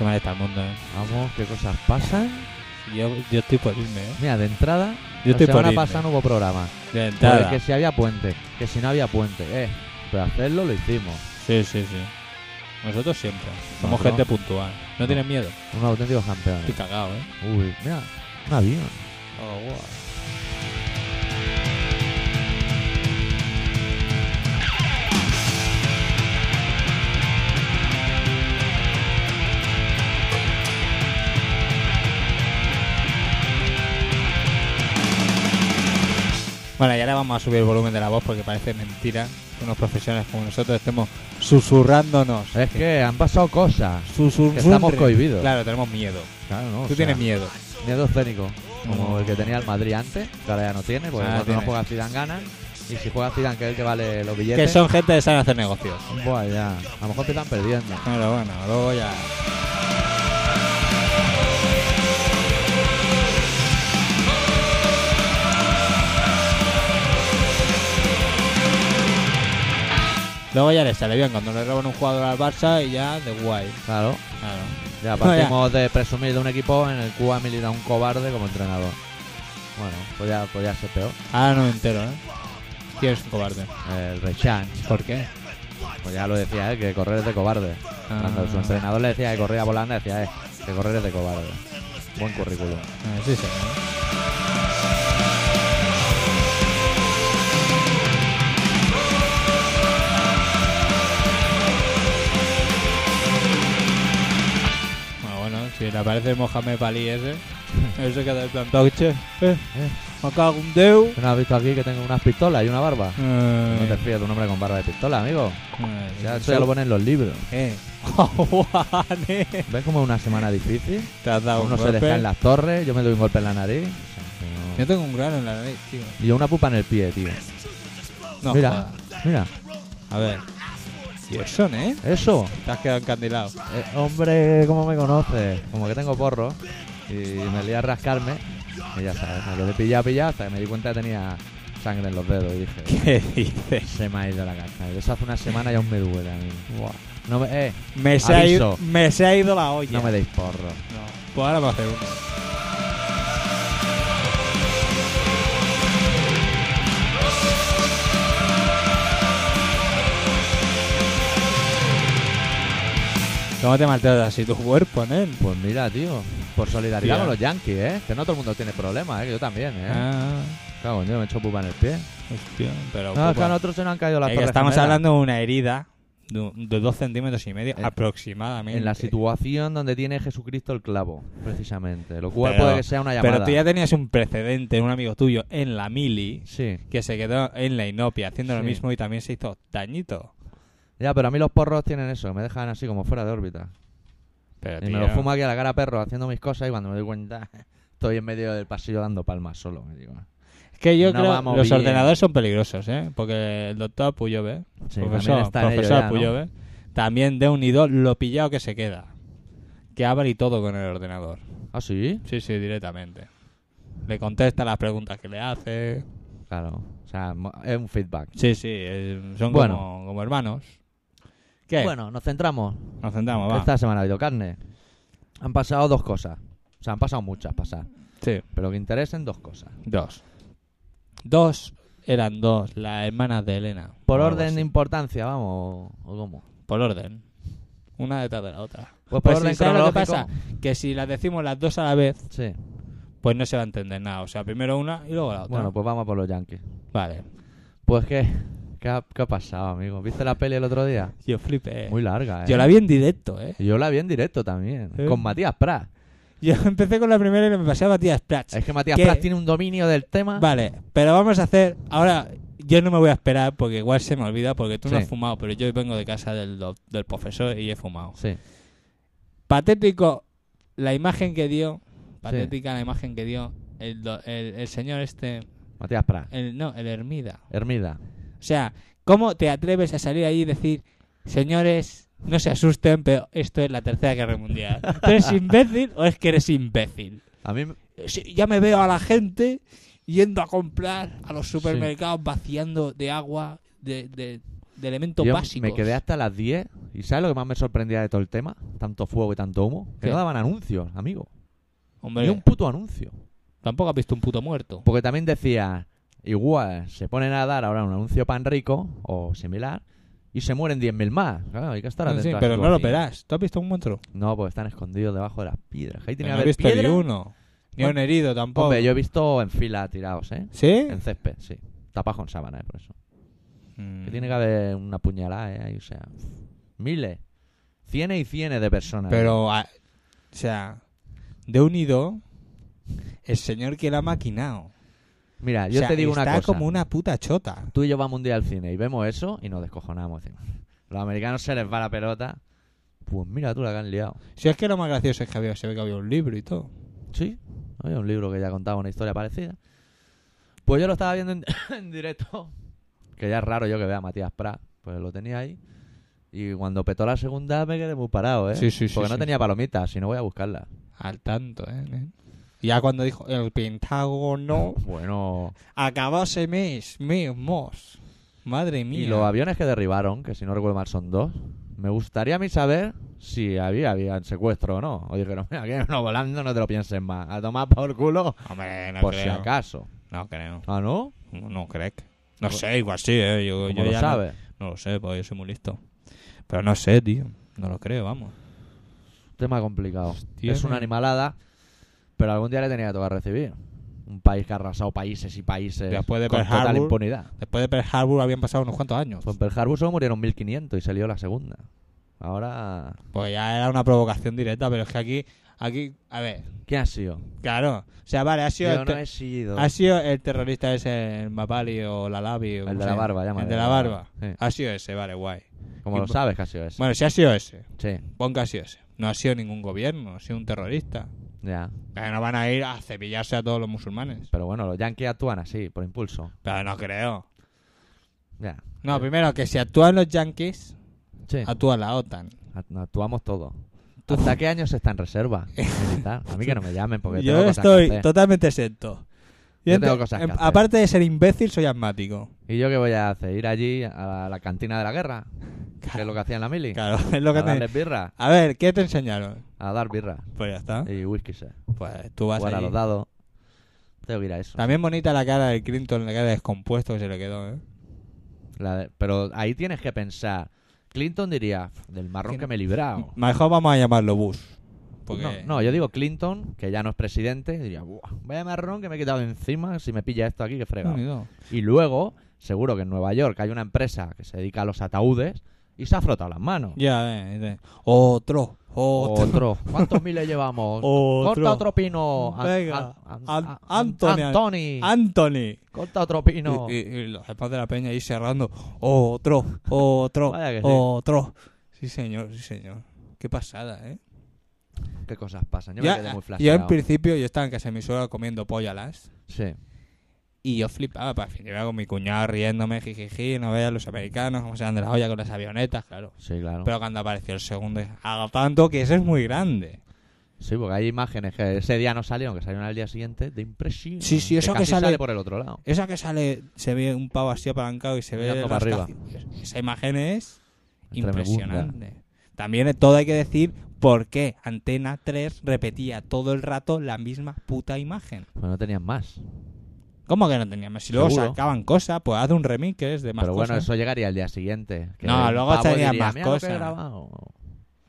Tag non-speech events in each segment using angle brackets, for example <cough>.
mal está el mundo, ¿eh? Vamos, qué cosas pasan. Yo, yo estoy por irme, ¿eh? Mira, de entrada, Yo la estoy por semana irme. pasada no hubo programa. De Porque entrada. que si había puente, que si no había puente, eh. Pero hacerlo lo hicimos. Sí, sí, sí. Nosotros siempre. Somos Nosotros. gente puntual. No tienes miedo. Unos auténticos campeones. Estoy cagado, ¿eh? Uy, mira, un avión. Oh, wow. Bueno, y ahora vamos a subir el volumen de la voz porque parece mentira que unos profesionales como nosotros estemos susurrándonos. Es que han pasado cosas. Susurrunre. que estamos cohibidos. Claro, tenemos miedo. Claro, no. o Tú sea, tienes miedo. Miedo escénico. Como No. el que tenía el Madrid antes, que ahora ya no tiene, porque Ah, cuando tiene. no juega Zidane gana. Y si juega Zidane, que es el que vale los Que billetes. son gente que sabe hacer negocios. Buah, ya. A lo mejor te están perdiendo. Pero Ah, bueno, luego ya. Luego ya le sale bien cuando le roban un jugador al Barça y ya de guay. Claro. Claro. <laughs> Ya No, ya. partimos de presumir de un equipo en el cual ha militado un cobarde como entrenador. Bueno, pues podía, podía ser peor. Ahora no me entero, ¿eh? ¿Quién es un cobarde? El Rechan, ¿Por qué? pues ya lo decía él, que correr es de cobarde. Cuando Ah. su entrenador le decía que corría volando, decía eh, que correr es de cobarde. Buen currículum. Ah, sí, señor. Bueno, Ah, bueno, si le aparece Mohamed Ali ese, <laughs> ese que te plantado, che, eh, Eh. me cago en Déu. ¿Tú no has visto aquí que tengo unas pistolas y una barba? No te Eh, fías de un hombre con barba de pistola, amigo. eh, Ya, eso ya lo ponen en los libros. <laughs> Eh, <laughs> Juan, eh. ¿Ves como es una semana difícil? Te has dado Ah, un Uno se le golpe. caen las torres, yo me doy un golpe en la nariz. O sea, que no. Yo tengo un grano en la nariz, tío. Y yo una pupa en el pie, tío. No, mira, mira, jodas. A ver. Y eso, ¿eh? eso. Te has quedado encandilado. Eh, hombre, ¿cómo me conoces? Como que tengo porro y me lié a rascarme. Y ya sabes, me quedé pillado, pillado hasta que me di cuenta que tenía sangre en los dedos. Y dije, ¿Qué dices? se me ha ido la caja. Y eso hace una semana y aún me duele a mí. No me, eh, Me se, ha ido, Aviso. me se ha ido la olla. no me deis porro. No. Pues ahora va a hacer uno. ¿Cómo te maltratas así tu cuerpo, nen? Pues mira, tío, por solidaridad Hostia. con los yankees, ¿eh? Que no todo el mundo tiene problemas, ¿eh? Que yo también, ¿eh? Ah, Cago en Dios, me he hecho pupa en el pie. hostia, pero... No, es que pupa. a nosotros se nos han caído las Es que torres estamos gemelas. hablando de una herida de, un- de dos centímetros y medio En- aproximadamente. Eh, En la situación donde tiene Jesucristo el clavo, precisamente. Lo cual Pero- puede que sea una llamada. Pero tú ya tenías un precedente, un amigo tuyo en la mili, Sí. que se quedó en la inopia haciendo lo Sí. mismo y también se hizo dañito. Ya, pero a mí los porros tienen eso, me dejan así como fuera de órbita. Pero, Y me lo fumo aquí a la cara perro haciendo mis cosas y cuando me doy cuenta <laughs> estoy en medio del pasillo dando palmas solo. me digo. Es que yo No creo vamos los bien. ordenadores son peligrosos, ¿eh? Porque el doctor Puyove, Sí, también profesor, está en ello profesor ya, ¿no? Puyove, también de unido lo pillado que se queda. Que abre y todo con el ordenador. ¿Ah, sí? Sí, sí, directamente. Le contesta las preguntas que le hace. Claro. O sea, mo- es un feedback. Sí, sí, eh, son Bueno. como, como hermanos. ¿Qué? Bueno, pues nos centramos. Nos sentamos, va. Esta semana ha habido carne. Han pasado dos cosas. O sea, han pasado muchas pasar. Sí, Pero que interesen dos cosas. dos. Dos eran dos, las hermanas de Elena. Por o algo orden así. de importancia, vamos, o cómo. Por orden. Una detrás de la otra. Pues por Pues orden sí, ¿sabes lo que cronológico. pasa? Que si las decimos las dos a la vez, Sí. pues no se va a entender nada. O sea, primero una y luego la otra. Bueno, pues vamos a por los yankees. Vale. Pues qué, qué ha, qué ha pasado, amigo. ¿Viste la peli el otro día? Yo flipé. Muy larga, ¿eh? Yo la vi en directo, ¿eh? Yo la vi en directo también, Sí. con Matías Prat. Yo <laughs> empecé con la primera y me pasé a Matías Prats. Es que Matías ¿Qué? Prat tiene un dominio del tema. Vale, pero vamos a hacer... Ahora, yo no me voy a esperar porque igual se me olvida porque tú no Sí. has fumado, pero yo vengo de casa del, doc- del profesor y he fumado. Sí. Patético la imagen que dio... Patética la imagen que dio el, do- el- el señor este... Matías Prat. el- no, el Hermida. Hermida. O sea, ¿cómo te atreves a salir allí y decir, señores, no se asusten, pero esto es la Tercera Guerra Mundial? ¿Tú eres imbécil o es que eres imbécil? A mí, Si- Ya me veo a la gente yendo a comprar a los supermercados vaciando de agua, de, de, de elementos yo básicos. me quedé hasta las 10 ¿Y sabes lo que más me sorprendía de todo el tema? Tanto fuego y tanto humo. Que ¿Qué? no daban anuncios, amigo. Ni Hombre, un puto anuncio. tampoco has visto un puto muerto. Porque también decía, igual se ponen a dar ahora un anuncio pan rico o similar y se mueren 10.000 más. Claro, hay que estar Sí, atento a pero no lo situaciones. verás. ¿Tú has visto un muerto? No, porque están escondidos debajo de las piedras. Ahí tiene no que he haber visto ni piedra. uno. Ni un herido tampoco. Hombre, yo he visto en fila tirados, ¿eh? ¿Sí? En césped, sí. Tapas con sábana, ¿eh? Por eso. Mm. Que tiene que haber una puñalada, ¿eh? Ahí, o sea, uf, miles. Cienes y cienes de personas. ¿eh? Pero, a- o sea, de unido, el señor que la ha maquinado. Mira, O yo sea, te digo una está cosa. como una puta chota. Tú y yo vamos un día al cine y vemos eso y nos descojonamos. Decimos, <laughs> Los americanos se les va la pelota. Pues mira tú la que han liado. Si es que lo más gracioso es que había, se ve que había un libro y todo. Sí, había un libro que ya contaba una historia parecida. Pues yo lo estaba viendo en, <laughs> en directo, que ya es raro yo que vea a Matías Prat, pues lo tenía ahí. Y cuando petó la segunda me quedé muy parado, ¿eh? Sí, sí, sí, Porque no sí. tenía palomitas, si no voy a buscarla. Al tanto, ¿eh? Ya cuando dijo el Pentágono, Bueno, acabase mes, mismos. Madre mía. y los aviones que derribaron, que si no recuerdo mal son dos, me gustaría a mí saber si había, había secuestro o no. O dijeron, mira, que no volando, no te lo pienses más. A tomar por culo, Hombre, no por si creo. acaso. No creo. ¿Ah, no? No creo. No sé, igual sí, ¿eh? Yo, Pues yo ¿Cómo lo ya no- sabes? No, lo sé, porque yo soy muy listo. Pero no sé, tío. No lo creo, vamos. Tema complicado. Hostia, es una eh. animalada, pero algún día le tenía que tocar recibir. Un país que ha arrasado países y países Después de con Pearl total Harbor. impunidad. Después de Pearl Harbor habían pasado unos cuantos años. Pues en Pearl Harbor solo murieron 1.500 y salió la segunda. Ahora... Pues ya era una provocación directa, pero es que aquí, aquí, a ver, ¿Quién ha sido? claro. O sea, vale, ha sido, Yo el, no te- he sido... ha sido el terrorista ese, el Mapali o la Lavi. O El como de se la llama. barba, llámale. El de la barba. Sí. Ha sido ese, vale, guay. Como lo Y- sabes que ha sido ese. Bueno, si ha sido ese, Sí, pon que ha sido ese. No ha sido ningún gobierno, ha sido un terrorista. ya. Pero no van a ir a cepillarse a todos los musulmanes. Pero bueno, los yankees actúan así, por impulso. Pero no creo. Ya. No, primero que si actúan los yankees, Sí. actúa la OTAN. Act- Actuamos todo. Tú- ¿Hasta qué año se está en reserva? <laughs> militar? A mí que no me llamen porque Yo tengo cosas que estoy hacer. totalmente exento. Yo Yo tengo ente- cosas que em- hacer. aparte de ser imbécil, soy asmático. ¿Y yo qué voy a hacer? ¿Ir allí a la cantina de la guerra? ¿Qué es lo que hacían la mili? Claro, <laughs> es lo que a te- darles birra. A ver, ¿qué te enseñaron? A dar birra. Pues ya está. Y whisky se. Pues tú vas Jugar a allí. los dados. Tengo que ir a eso. También bonita la cara de Clinton, la cara de descompuesto que se le quedó, ¿eh? La de- Pero ahí tienes que pensar. Clinton diría, del marrón que me he librado. Mejor vamos a llamarlo Bush. Porque... No, no, yo digo Clinton, que ya no es presidente, diría, Buah, vaya marrón que me he quitado de encima si me pilla esto aquí, que frega. Ni dos. Y luego, seguro que en Nueva York hay una empresa que se dedica a los ataúdes y se ha frotado las manos. Ya, eh, eh. Otro, otro. Otro. ¿Cuántos miles llevamos? <laughs> Otro. Corta otro pino. An- Venga. an- An- an- Anthony. Anthony. Anthony. Corta otro pino. Y, y- y los jefes de la peña ahí cerrando. Otro, otro, Vaya que sí. otro. Sí, señor, sí, señor. Qué pasada, ¿eh? ¿Qué cosas pasan? Yo Ya, me quedé muy yo en flasheado. principio yo estaba en casa de mi suegra comiendo pollo a las Sí. y yo flipaba, para fin, yo iba con mi cuñado riéndome, jijiji, no veas los americanos cómo se dan de la olla con las avionetas, claro. Sí, claro. Pero cuando apareció el segundo, dije, haga tanto que ese es muy grande. sí, porque hay imágenes que ese día no salieron, que salieron al día siguiente, de impresión. Sí, sí, eso que casi sale- por el otro lado. Esa que sale, se ve un pavo así apalancado y se ve Mirando para rasca- Esa imagen es Tremenda. impresionante. También todo hay que decir por qué Antena 3 repetía todo el rato la misma puta imagen. Pues no tenían más. ¿Cómo que no teníamos? Si luego Seguro. sacaban cosas, pues haz un remix que es de más Pero bueno, cosas. eso llegaría al día siguiente. que No, el luego pavo tenían diría, más "Mira lo que he cosas". grabado".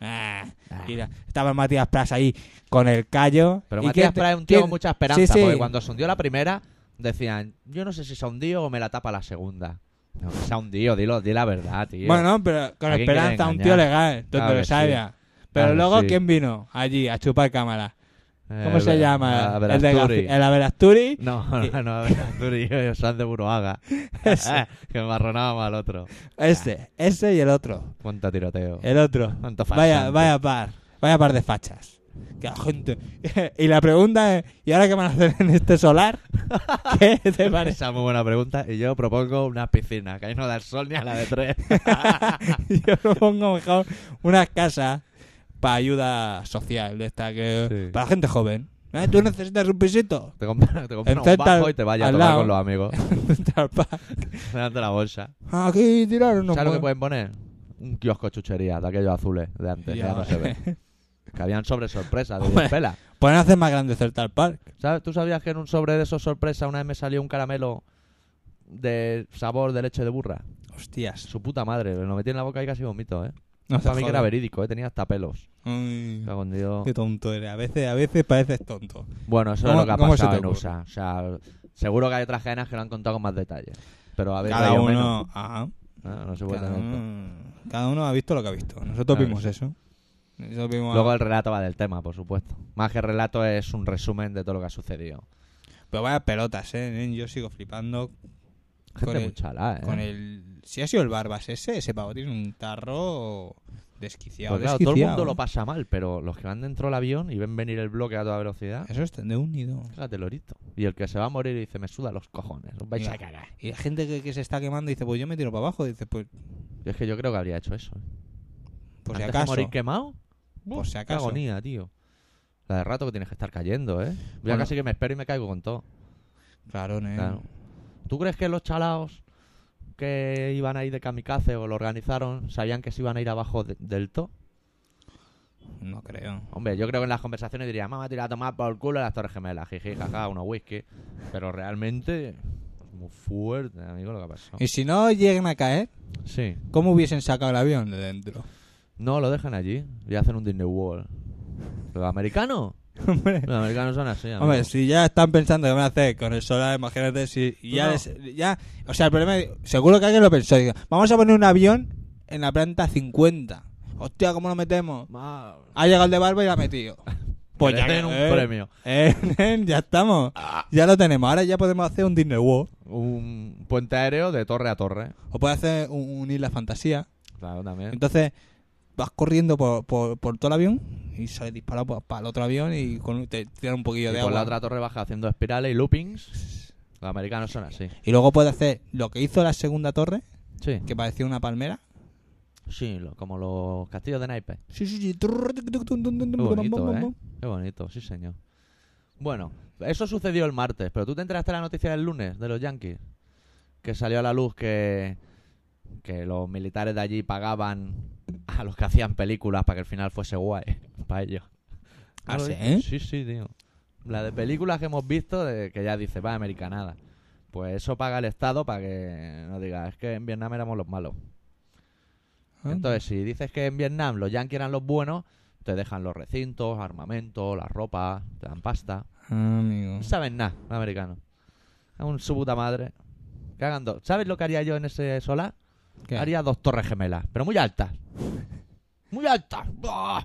Ah, Ah. mira, estaba Matías Plas ahí con el callo. Pero ¿Y Matías quién te- Prat es un tío quién- con mucha esperanza, Sí, sí. porque cuando se hundió la primera, decían, yo no sé si se hundió o me la tapa la segunda. No, que se ha hundido, dilo, di la verdad, tío. Bueno, pero ¿A con quién quiere esperanza, un engañar? tío legal, donde Claro lo que sí. sabía. Pero Claro que luego, sí. ¿quién vino allí a chupar cámara? Eh, ¿Cómo se Ver- llama? a ver, el de Asturi. Gafi- el Averasturi. No, no, no, a ver, Asturi, yo, yo, Sanz de <laughs> Buruaga. <laughs> que marronábamos al otro. Ese, ese y el otro. Cuánto tiroteo. El otro. Cuánto Vaya, farsante. vaya par. Vaya par de fachas. Que la gente... <laughs> y la pregunta es, ¿y ahora qué van a hacer en este solar? <laughs> ¿Qué te parece? Esa es muy buena pregunta. Y yo propongo una piscina, que ahí no da el sol ni a la de tres. <laughs> Yo propongo mejor unas casas para ayuda social, de esta que... Sí. Para gente joven. ¿Eh? ¿Tú necesitas un <laughs> pisito? te compras te compras un Enfrente al- bajo y te vayas a al tomar lado. con los amigos. Central Park. Delante de la bolsa. Aquí tiraron unos... ¿Sabes lo que muebles. pueden poner? un kiosco de chuchería de aquellos azules de antes, Ya. ya no se ve. Que habían sobre sorpresa <laughs> de Hombre. 10 pelas. Pueden hacer más grande Central Park. ¿Sabes? ¿Tú sabías que en un sobre de esos sorpresa una vez me salió un caramelo de sabor de leche de burra? Hostias. Su puta madre, me lo metí en la boca y casi vomito, ¿eh? No Para mí que era jodas. Mm. verídico, ¿eh? Tenía hasta pelos. Ay, Cago en Dios. Qué tonto eres. A veces, a veces pareces tonto. Bueno, eso es ¿Cómo- lo que ha cómo se pasado te en ocurre? USA. O sea, seguro que hay otras cadenas que lo han contado con más detalle. Pero a veces Cada yo uno, menos. ajá, Ah, no se puede cada, tener todo. uno, cada uno ha visto lo que ha visto. Nosotros Claro vimos que eso. Nosotros vimos Luego el relato va del tema, por supuesto. Más que relato es un resumen de todo lo que ha sucedido. Pero vaya pelotas, eh. nen, Yo sigo flipando Con Gente el- muy chalá, ¿eh? con el. Si ha sido el Barbas ese, ese pavo tiene un tarro desquiciado. Pues claro, todo el desquiciado, mundo ¿eh? lo pasa mal, pero los que van dentro del avión y ven venir el bloque a toda velocidad, Eso es de unido. cágate lorito. Y el que se va a morir dice, me suda los cojones, os vais Ya. a cagar. Y hay gente que, que se está quemando y dice, pues yo me tiro para abajo. Dice, pues, Yo es que yo creo que habría hecho eso. ¿eh? por si Antes acaso. de morir quemado, Por si qué acaso. agonía, tío. La de rato que tienes que estar cayendo, ¿eh? Yo Bueno. casi que me espero y me caigo con todo. Claro, nen. Claro. ¿Tú crees que los chalaos que iban a ir de kamikaze o lo organizaron sabían que se iban a ir abajo de- del to? No creo. Hombre, yo creo que en las conversaciones dirían, mamá, tira a tomar por el culo a las Torres Gemelas, jiji, jaja, Mm. unos whisky. Pero realmente es muy fuerte, amigo, lo que pasó. Y si no llegan a caer, Sí. ¿cómo hubiesen sacado el avión de dentro? No, lo dejan allí y hacen un Disney World. ¿Los americanos? <laughs> Hombre. Los americanos son así, amigo. Hombre, si ya están pensando qué van a hacer con el solar, imagínate si y ya, no. les- ya... O sea, el problema es- Seguro que alguien lo pensó. digo, vamos a poner un avión en la planta 50. Hostia, ¿cómo lo metemos? Ma- Ha llegado el de barba y lo ha metido. Pues que ya le den un eh, premio. eh, nen, ya estamos. Ya lo tenemos. Ahora ya podemos hacer un Disney World. Un puente aéreo de torre a torre. O puedes hacer un, un Isla Fantasía. Claro, también. Entonces, vas corriendo por, por, por todo el avión y sales disparado pa- para el otro avión y con, te tiran un poquillo Y de con la agua. otra torre baja haciendo espirales y loopings. Los americanos son así. Y luego puedes hacer lo que hizo la segunda torre, Sí. que parecía una palmera. Sí, lo- como los castillos de naipes. Sí, sí, sí. Trrr, tuc, tuc, tum, tum, tum, Qué tum, bonito, tum, ¿eh? tum. Qué bonito, sí, señor. Bueno, eso sucedió el martes, pero tú te enteraste de la noticia del lunes de los Yankees, que salió a la luz que, que los militares de allí pagaban a los que hacían películas para que el final fuese guay <laughs> para ellos. Ah, ¿No lo ¿sí? viste? Sí, sí, tío. La de películas que hemos visto de, que ya dice, va, americanada. Pues eso paga el Estado para que no diga, es que en Vietnam éramos los malos. Ah. Entonces, si dices que en Vietnam los yanquis eran los buenos, te dejan los recintos, armamento, la ropa, te dan pasta. Ah, amigo. No saben nada, los americanos. Aún su puta madre. Que hagan dos. ¿Sabes lo que haría yo en ese solar? ¿Qué? Haría dos torres gemelas, pero muy altas. Muy altas. ¡Buah!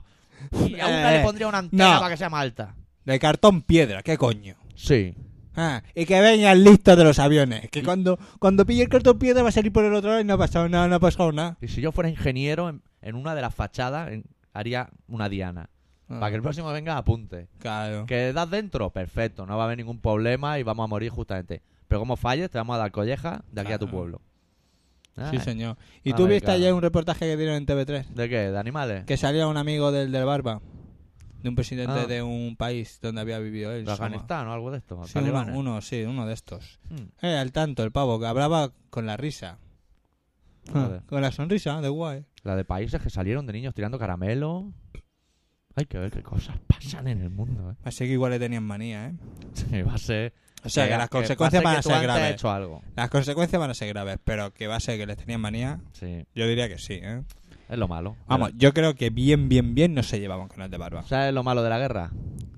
Y a una Eh, le pondría una antena no. para que sea más alta. De cartón piedra, ¿qué coño? Sí. Ah, y que vengan listos de los aviones. Que cuando, cuando pille el cartón piedra va a salir por el otro lado y no ha pasado nada, no ha pasado nada. Y si yo fuera ingeniero, en, en una de las fachadas en- haría una diana. Ah. Para Ah, que el próximo venga, apunte. Claro. ¿Que das dentro? Perfecto, no va a haber ningún problema y vamos a morir justamente. Pero como falles, te vamos a dar colleja de aquí a tu Claro. pueblo. Sí, Ay, señor. ¿Y Ah, tú viste americano. ayer un reportaje que dieron en TV3? ¿De qué? ¿De animales? Que salía un amigo del, del Barba, de un presidente Ah. de un país donde había vivido él. ¿De Soma. Afganistán o algo de esto? Sí, uno, ¿Talibanes? uno, sí, uno de estos. Mm. Era el tanto, el pavo, que hablaba con la risa. Ah, Joder. Con la sonrisa, de guay. La de países que salieron de niños tirando caramelo. Hay que ver qué cosas pasan en el mundo, ¿eh? <laughs> Así que igual le tenían manía, ¿eh? Sí, va a ser... O sea, que, las consecuencias van pase que a tú ser antes has graves. hecho algo. Las consecuencias van a ser graves, pero que va a ser que les tenían manía, Sí, yo diría que sí, ¿eh? es lo malo. Vamos, yo creo que bien, bien, bien no se llevaban con el de Barba. ¿Sabes lo malo de la guerra?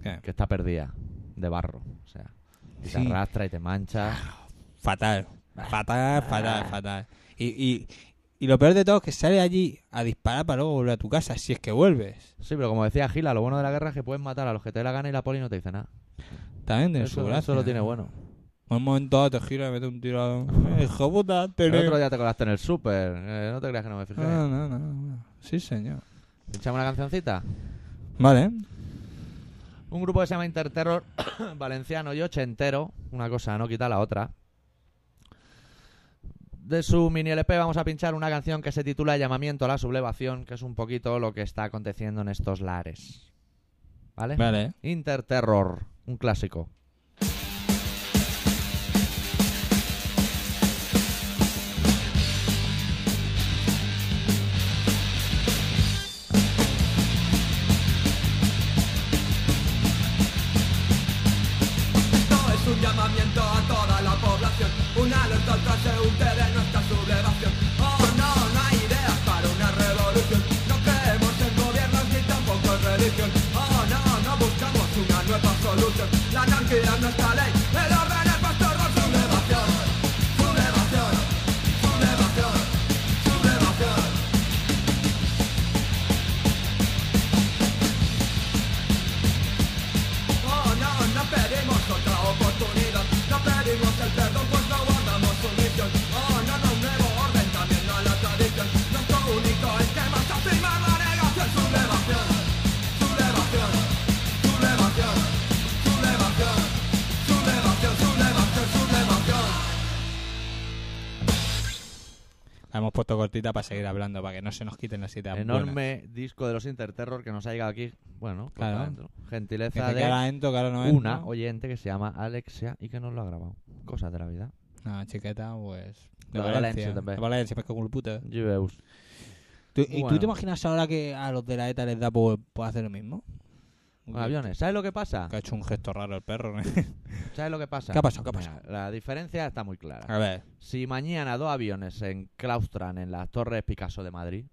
¿Qué? Que está perdida de barro. O sea, y Sí. te arrastra y te mancha. Fatal. Ah. Fatal, fatal, fatal. Y, y, y lo peor de todo es que sales allí a disparar para luego volver a tu casa, si es que vuelves. Sí, pero como decía Gila, lo bueno de la guerra es que puedes matar a los que te dé la gana y la poli no te dice nada. También tiene su Eso, gracia. eso lo tiene bueno. En un momento dado te gira y mete un tiro. Eh, <laughs> Hijo puta, te El leo. otro día te colaste en el súper. eh, no te creas que no me fijé. No, no, no, no. Sí, señor. Echamos una cancioncita. Vale. Un grupo que se llama Interterror, <coughs> valenciano y ochentero. Una cosa no quita la otra. De su mini LP vamos a pinchar una canción que se titula Llamamiento a la sublevación, que es un poquito lo que está aconteciendo en estos lares. ¿Vale? Vale. Interterror, un clásico. Llamamiento Un llamamiento a toda la población, una alerta al transeúnte de nuestra sublevación. Oh no, no hay ideas para una revolución. No creemos en gobiernos ni tampoco en religión. Oh no, no buscamos una nueva solución. La anarquía es nuestra ley, el orden es nuestro rol. Sublevación, sublevación, sublevación, sublevación. Oh no, no pedimos otra oportunidad, no pedimos el perdón, pues no guardamos sumisión. Oh no, no un nuevo orden, también no la tradición. Nuestro único esquema es afirmar la negación. Sublevación, sublevación, sublevación, sublevación, sublevación, sublevación, sublevación. La hemos puesto cortita para seguir hablando, para que no se nos quiten las ideas. buenas. Enorme disco de los Interterror que nos ha llegado aquí. Bueno, por Claro. adentro. Que Gentileza se de queda lento, que ahora no una entra. oyente que se llama Alexia y que nos lo ha grabado. Cosas de la vida. No, chiqueta, pues. De La Valencia. de Valencia, també. De Valencia, me cago en el puto. Lleveus. ¿Tú- ¿Y tú Bueno. te imaginas ahora que a los de la ETA les da por, por hacer lo mismo? Con aviones. ¿Sabes lo que pasa? Que ha hecho un gesto raro el <laughs> perro. ¿no? ¿Sabes lo que pasa? ¿Qué ha pasado? Ah. ¿Qué ha Mira, La diferencia está muy clara. A ver, Si mañana dos aviones se enclaustran en las Torres Picasso de Madrid,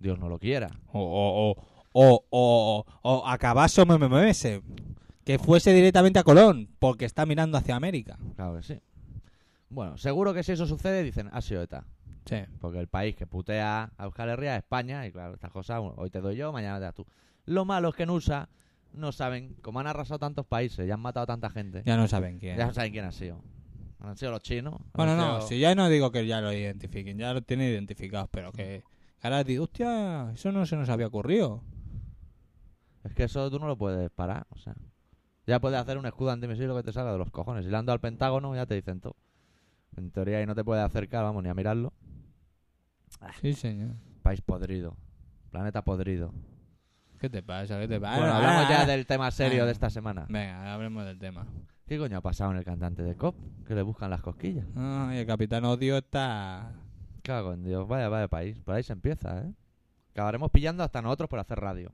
Dios no lo quiera. o, o, o, o, o, o acabaso MMS. Que fuese directamente a Colón, porque está mirando hacia América. Claro que sí. Bueno, seguro que si eso sucede dicen, ha sido ETA. Sí. Porque el país que putea a Euskal Herria es España, y claro, estas cosas bueno, hoy te doy yo, mañana te das tú. Lo malo es que en USA no saben, como han arrasado tantos países y han matado a tanta gente, Ya no saben quién. ya no saben quién ha sido. ¿Han sido los chinos? ¿Han Bueno, no, sido- si ya no digo que ya lo identifiquen, ya lo tienen identificados, pero que ahora digo, hostia, eso no se nos había ocurrido. Es que eso tú no lo puedes parar, o sea. Ya puedes hacer un escudo antimisil lo que te salga de los cojones. Si le han dado al Pentágono, ya te dicen todo. En teoría ahí no te puedes acercar, vamos, ni a mirarlo. Sí, señor. País podrido. Planeta podrido. ¿Qué te pasa? ¿Qué te pasa? Bueno, Ah, hablamos ah, ya ah. del tema serio ah. de esta semana. Venga, hablemos del tema. ¿Qué coño ha pasado en el cantante de Cop? Que le buscan las cosquillas. Ay, el Capitán Odio está... Cago en Dios, vaya, vaya país. Por ahí se empieza, ¿eh? Acabaremos pillando hasta nosotros por hacer radio.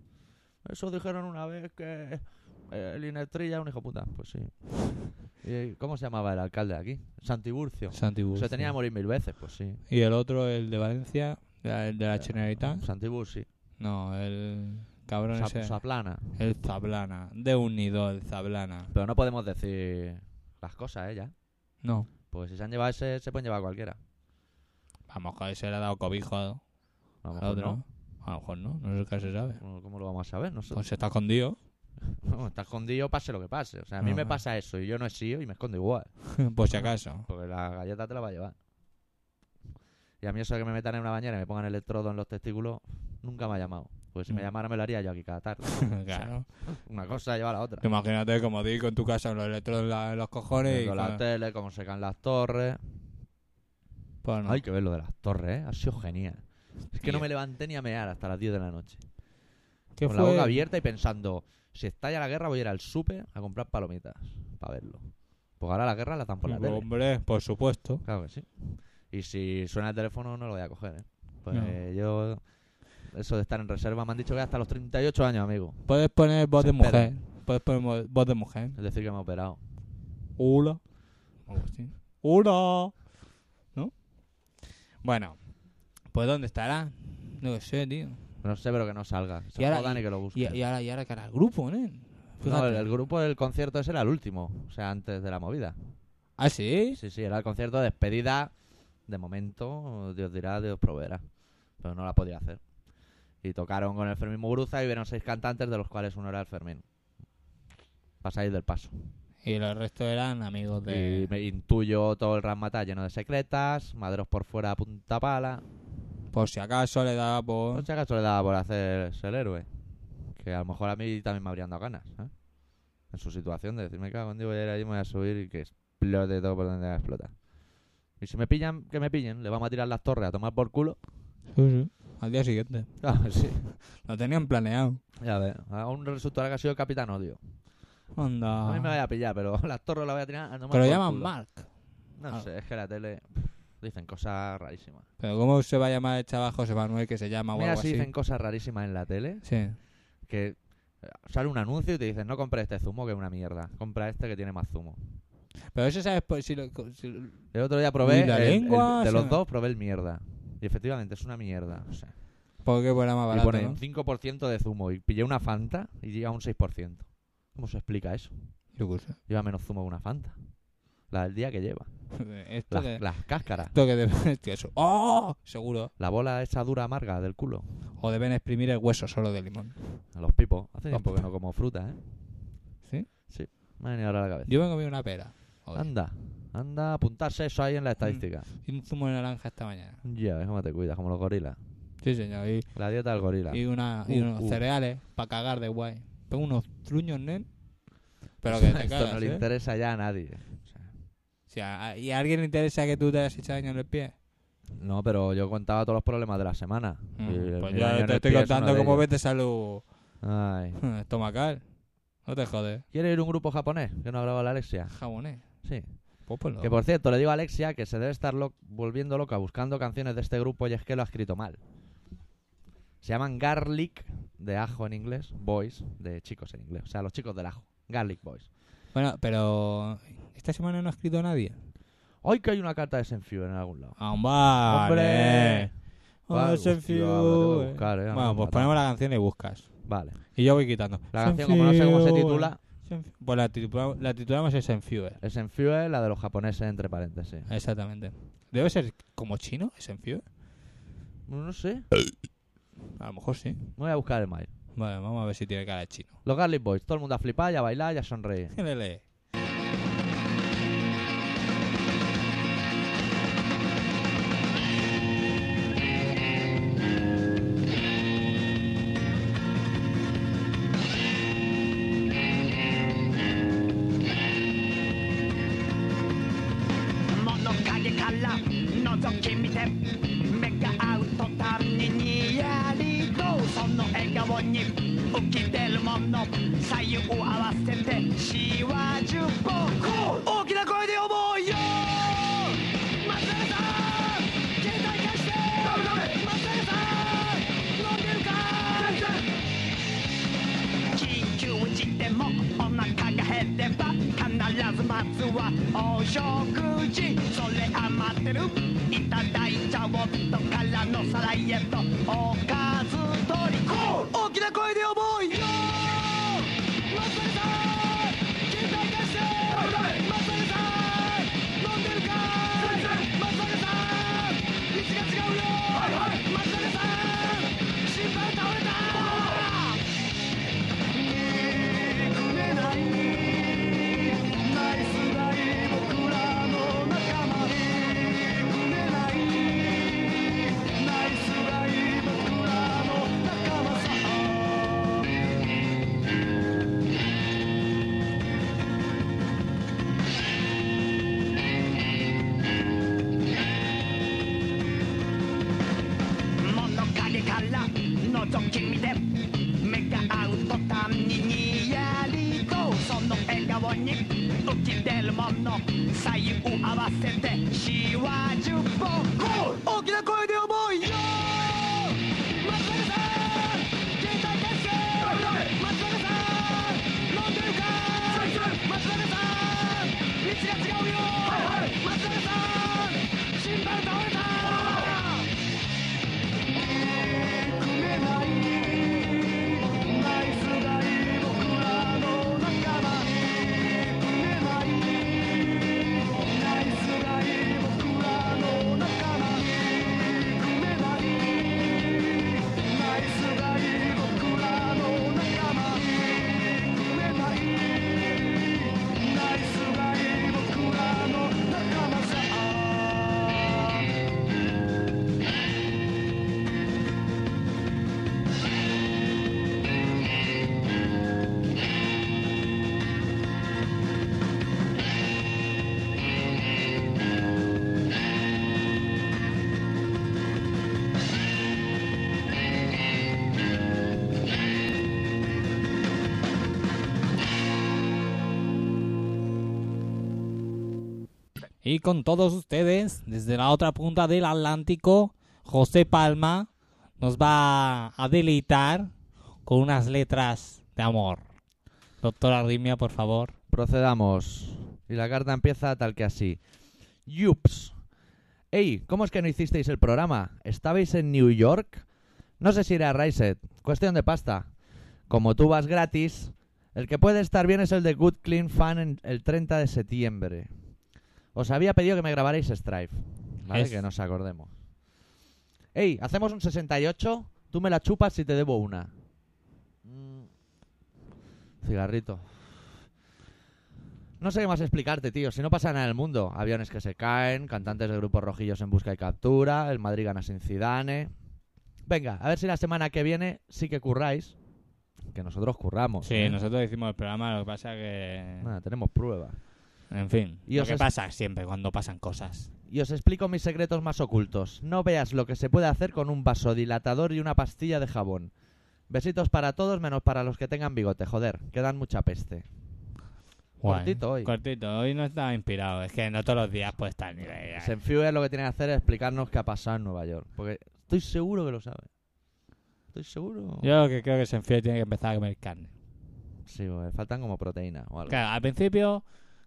Eso dijeron una vez que eh, el Inestrilla es un hijo puta. Pues sí. ¿Y eh, cómo se llamaba el alcalde de aquí? Santiburcio. Santibus. Se tenía que morir mil veces, pues sí. Y el otro, el de Valencia, el de la Generalitat. Santiburcio, sí. No, el cabrón Sa- ese. Saplana. El Zablana. De unido, el Zablana. Pero no podemos decir las cosas, ¿eh? Ya. No. Porque si se han llevado ese, se pueden llevar a cualquiera. Vamos, que se le ha dado cobijo a- A lo al mejor otro. no. A lo mejor no, no sé qué se sabe. Bueno, ¿Cómo lo vamos a saber? No sé. Pues se está escondido. <laughs> Bueno, <laughs> está escondido, pase lo que pase. O sea, a mí No, me no. pasa eso y yo no he sido y me escondo igual. Por si acaso. Porque la galleta te la va a llevar. Y a mí eso de que me metan en una bañera y me pongan electrodo en los testículos, nunca me ha llamado. Pues si me Mm. llamara me lo haría yo aquí cada tarde. claro. Una cosa lleva a la otra. Imagínate, como digo, en tu casa los electrodos en, la- en los cojones. Y Viendo la con- tele, cómo se caen las torres. Pues no. Hay que ver lo de las torres, ¿eh? Ha sido genial. Es que no Tío. me levanté ni a mear hasta las 10 de la noche. ¿Qué con la boca abierta y pensando, si estalla la guerra voy a ir al súper a comprar palomitas para verlo. Porque ahora la guerra la están por la tele. Hombre, por supuesto. Claro que sí. Y si suena el teléfono no lo voy a coger, ¿eh? Pues No. eh, yo... Eso de estar en reserva me han dicho que hasta los 38 años, amigo. Puedes poner voz Se de espera. mujer. Puedes poner mo- voz de mujer. Es decir, que me he operado. Hola. Algo así. Hola. ¿No? Bueno, pues ¿dónde estará? No lo sé, tío. No sé, pero que no salga. Se Y ahora- jodan y, que lo Y, busquen. y ahora, y ahora que hará el grupo, ¿no? No, Fíjate. el, el grupo del concierto ese era el último. O sea, antes de la movida. Ah, sí. Sí, sí, era el concierto de despedida. De momento, Dios dirá, Dios proveerá. Pero no la podía hacer. Y tocaron con el Fermín Muguruza y vieron seis cantantes, de los cuales uno era el Fermín. Para salir del paso. Y los restos eran amigos de. Y me intuyo todo el Ramatá lleno de secretas, maderos por fuera a punta pala. Por si acaso le daba No por. sé acaso le daba por hacer el héroe. Que a lo mejor a mí también me habrían dado ganas. ¿eh? En su situación de decirme, cago en Dios, voy a ir ahí, me voy a subir y que explote todo por donde va a explotar. Y si me pillan, que me pillen, le vamos a tirar las torres a tomar por culo. <laughs> Al día siguiente. Ah, sí. Lo tenían planeado. Ya ver, aún resultará que ha sido capitán odio. Anda. A mí me vaya a pillar, pero <laughs> las torres las voy a tirar a tomar Que lo por Ah. llaman culo. Mark. No Ah. sé, es que la tele pff, dicen cosas rarísimas. Pero ¿cómo se va a llamar el chaval José Manuel que se llama o Mira algo si así? dicen cosas rarísimas en la tele. Sí. que eh, sale un anuncio y te dicen no compres este zumo que es una mierda, compra este que tiene más zumo. Pero eso sabes por si lo- co- si lo- El otro día probé. Y la el- el- lengua, de o los sea- dos probé el mierda. Y efectivamente es una mierda. O sea, porque fuera más y barato, pone ¿no? un 5% de zumo. Y pillé una Fanta y llega a un 6%. ¿Cómo se explica eso? Yo qué sé. Lleva menos zumo que una Fanta. La del día que lleva. <laughs> Esto Las, que, las cáscaras. esto que de- <laughs> que eso- ¡Oh! Seguro. La bola esa dura amarga del culo. O deben exprimir el hueso solo de limón. A los pipos. Hace Los tiempo que pipos. no como fruta, ¿eh? ¿Sí? Me ha venido ahora a la cabeza. Yo me he comido una pera. hoy, Anda. Anda, apuntarse eso ahí en Mm. la estadística. Y un zumo de naranja esta mañana. Ya, ves cómo te cuidas, como los gorilas. Sí, señor. Y, La dieta del gorila. y una, Uh, y unos uh. cereales para cagar de guay. Pero unos truños, nen. <laughs> Pero que te Esto cagas, no le ¿eh? interesa ya a nadie. O sea, Si a- ¿Y a alguien le interesa que tú te hayas hecho daño en el pie? no, pero yo contaba todos los problemas de la semana. Y el pues mi daño en yo el te estoy pie es contando uno de cómo ves ellos. de salud Ay. <laughs> estomacal. No te jodes. ¿Quieres ir a un grupo japonés? Que no ha grabado la Alexia. Jamonés. Sí. Pues ponlo. Que por cierto, le digo a Alexia que se debe estar lo- volviendo loca buscando canciones de este grupo y es que lo ha escrito mal. Se llaman Garlic, de ajo en inglés, Boys, de chicos en inglés. O sea, los chicos del ajo. Garlic Boys. Bueno, pero esta semana no ha escrito nadie. Hoy que hay una carta de Senfue en algún lado. ¡Hombre! Vale, ¡Hombre! hostia, lo tengo que buscar, eh, no me Bueno, pues mata. ponemos la canción y buscas. Vale. Y yo voy quitando. La canción, como no sé cómo se Senfue. titula, Senfue. Pues la, titula- la titulamos es Senfue. es Senfue, la de los japoneses, entre paréntesis. Exactamente. ¿Debe ser como chino, Senfue? No sé. A lo mejor sí. Voy a buscar el mail. Vale, vamos a ver si tiene cara de chino. <laughs> Los Garlic Boys, todo el mundo a flipar, y a bailar, y a sonreír. ¿Qué le lee? 「物陰から覗き見て」「目が合う途端ににやりと」「その笑顔に浮き出るもの」「左右合わせてしわじゅぼ大きな声で呼ぼうよ松永さん携帯貸して松永さん飲んでるか緊急時でもお腹が減れば必ずまずはお食事それ余ってるいただいちゃおっとからの皿へとおかず取り大きな声で呼ぼうよマサルさん携帯貸してマサルさん飲んでるかマサルさん道が違うよマサルさん心配倒れた「ねえくれない」「ナイスダイブくれない」「僕らの仲間にくれない」「ナイスダイブ僕らの仲間さ」物陰から覗き見て目が合う途端ににやりとその笑顔に浮き出るもの左右合わせてしわじゅぼ大きな声で思うよ松永さん携帯貸して松永さん飲んでるか松永さん道が違うよ松永さん心配倒れた「ナイスダイブ僕らの仲間さ」「くれない」「ナイスダイブ僕らの仲間」「くれない」「ナイスダイブ僕らの仲間」「くれない」「ナイスダイブ僕らの仲間さ」 Y con todos ustedes, desde la otra punta del Atlántico, José Palma nos va a deleitar con unas letras de amor. Doctora Rimia, por favor. Procedamos. Y la carta empieza tal que así. Yups. Ey, ¿cómo es que no hicisteis el programa? ¿Estabais en New York? No sé si iré a Riset. Cuestión de pasta. Como tú vas gratis, el que puede estar bien es el de Good Clean Fan en- el 30 de septiembre. Os había pedido que me grabarais Strife. ¿Vale? Es- Que nos acordemos. Ey, ¿hacemos un 68? Tú me la chupas si te debo una. Mm. Cigarrito. No sé qué más explicarte, tío. Si no pasa nada en el mundo. Aviones que se caen, cantantes de grupos rojillos en busca y captura, el Madrid gana sin Zidane. Venga, a ver si la semana que viene sí que curráis. Que nosotros curramos. Sí, ¿eh? nosotros hicimos el programa, lo que pasa que... Nada, tenemos pruebas. En fin, Y lo os que es- pasa siempre cuando pasan cosas. Y os explico mis secretos más ocultos. No veas lo que se puede hacer con un vasodilatador y una pastilla de jabón. Besitos para todos, menos para los que tengan bigote. Joder, que dan mucha peste. Guay. Cortito hoy. Cortito, hoy no estaba inspirado. Es que no todos los días puede estar al nivel. ya. Senfuer lo que tiene que hacer es explicarnos qué ha pasado en Nueva York. Porque estoy seguro que lo sabe. Estoy seguro. Yo lo que creo que Senfío tiene que empezar a comer carne. Sí, me faltan como proteína o algo. Claro, al principio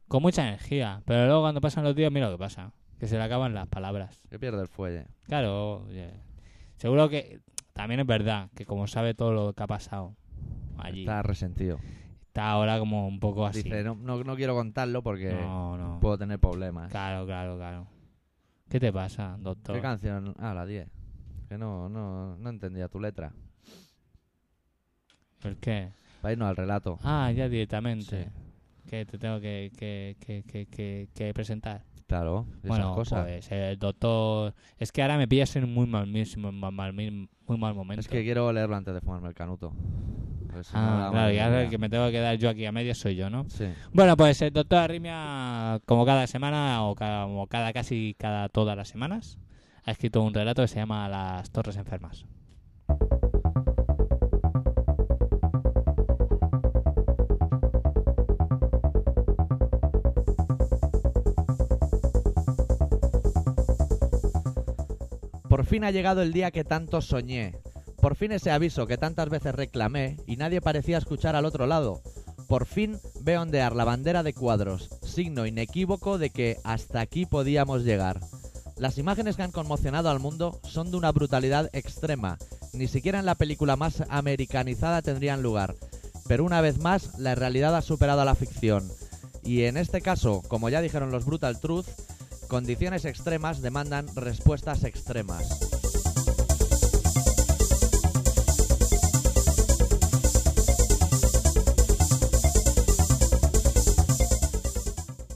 con mucha energía, pero luego cuando pasan los días, mira lo que pasa. Que se le acaban las palabras. Que pierde el fuelle. Claro, oye. seguro que también es verdad que como sabe todo lo que ha pasado allí, Está está, resentido. ahora como un poco así. Dice, no, no, no quiero contarlo porque no, no. puedo tener problemas. Claro, claro, claro. ¿Qué te pasa, doctor? ¿Qué canción? Ah, la 10. Que no, no, no entendía tu letra. ¿Por qué? Para irnos al relato. Ah, ya directamente. Que te tengo que, que, que, que, que- que presentar. Claro, y esas bueno, cosas. pues el doctor. Es que ahora me pillas en un muy mal, mis- muy mal, mal- muy mal momento. es que quiero leerlo antes de fumarme el canuto. Porque si no, Ah, la claro, y madre ahora mía. el que me tengo que quedar yo aquí a medias soy yo, ¿no? Sí. Bueno, pues el doctor Arrimia, como cada semana, o cada, como cada casi cada todas las semanas, ha escrito un relato que se llama Las Torres Enfermas. Por fin ha llegado el día que tanto soñé. Por fin ese aviso que tantas veces reclamé y nadie parecía escuchar al otro lado. Por fin veo ondear la bandera de cuadros, signo inequívoco de que hasta aquí podíamos llegar. Las imágenes que han conmocionado al mundo son de una brutalidad extrema. Ni siquiera en la película más americanizada tendrían lugar. Pero una vez más, la realidad ha superado a la ficción. Y en este caso, como ya dijeron los Brutal Truth, Condiciones extremas demandan respuestas extremas.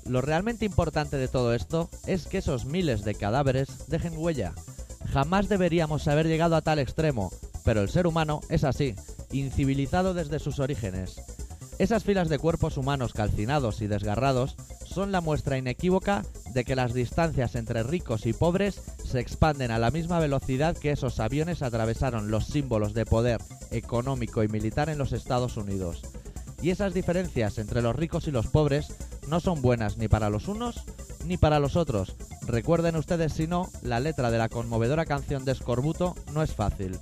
Lo realmente importante de todo esto es que esos miles de cadáveres dejen huella. Jamás deberíamos haber llegado a tal extremo, pero el ser humano es así, incivilizado desde sus orígenes. Esas filas de cuerpos humanos calcinados y desgarrados son la muestra inequívoca de que las distancias entre ricos y pobres se expanden a la misma velocidad que esos aviones atravesaron los símbolos de poder económico y militar en los Estados Unidos. Y esas diferencias entre los ricos y los pobres no son buenas ni para los unos ni para los otros. Recuerden ustedes, si no, la letra de la conmovedora canción de Escorbuto no es fácil.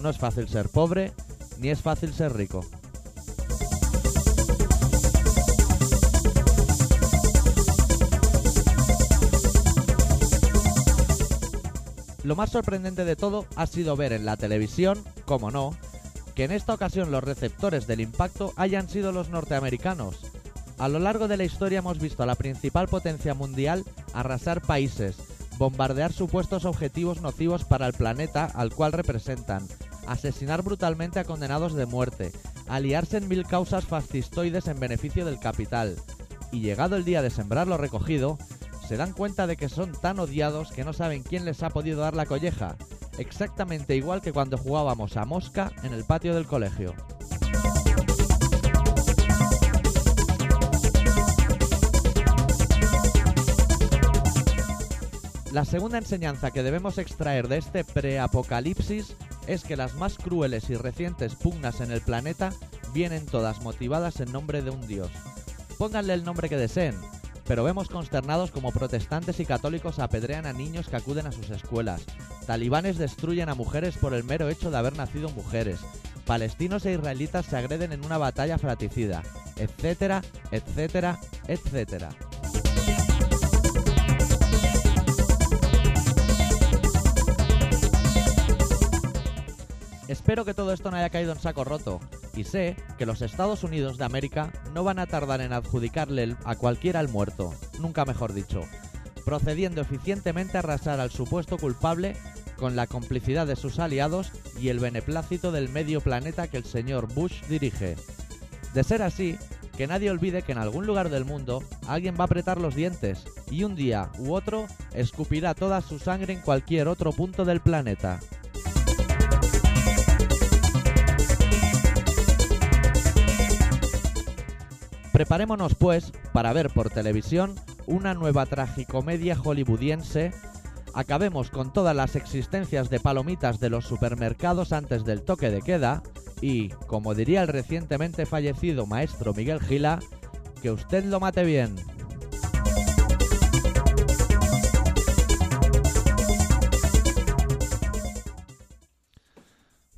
No es fácil ser pobre, ni es fácil ser rico. Lo más sorprendente de todo ha sido ver en la televisión, como no, que en esta ocasión los receptores del impacto hayan sido los norteamericanos. A lo largo de la historia hemos visto a la principal potencia mundial arrasar países, bombardear supuestos objetivos nocivos para el planeta al cual representan, asesinar brutalmente a condenados de muerte, aliarse en mil causas fascistoides en beneficio del capital. Y llegado el día de sembrar lo recogido, se dan cuenta de que son tan odiados que no saben quién les ha podido dar la colleja. Exactamente igual que cuando jugábamos a mosca en el patio del colegio. La segunda enseñanza que debemos extraer de este preapocalipsis es que las más crueles y recientes pugnas en el planeta vienen todas motivadas en nombre de un dios. Pónganle el nombre que deseen, pero vemos consternados como protestantes y católicos apedrean a niños que acuden a sus escuelas, talibanes destruyen a mujeres por el mero hecho de haber nacido mujeres, palestinos e israelitas se agreden en una batalla fratricida, etcétera, etcétera, etcétera. Espero que todo esto no haya caído en saco roto, y sé que los Estados Unidos de América no van a tardar en adjudicarle el- a cualquiera el muerto, nunca mejor dicho, procediendo eficientemente a arrasar al supuesto culpable con la complicidad de sus aliados y el beneplácito del medio planeta que el señor Bush dirige. De ser así, que nadie olvide que en algún lugar del mundo alguien va a apretar los dientes y un día u otro escupirá toda su sangre en cualquier otro punto del planeta. Preparémonos pues para ver por televisión una nueva tragicomedia hollywoodiense. Acabemos con todas las existencias de palomitas de los supermercados antes del toque de queda y, como diría el recientemente fallecido maestro Miguel Gila, que usted lo mate bien.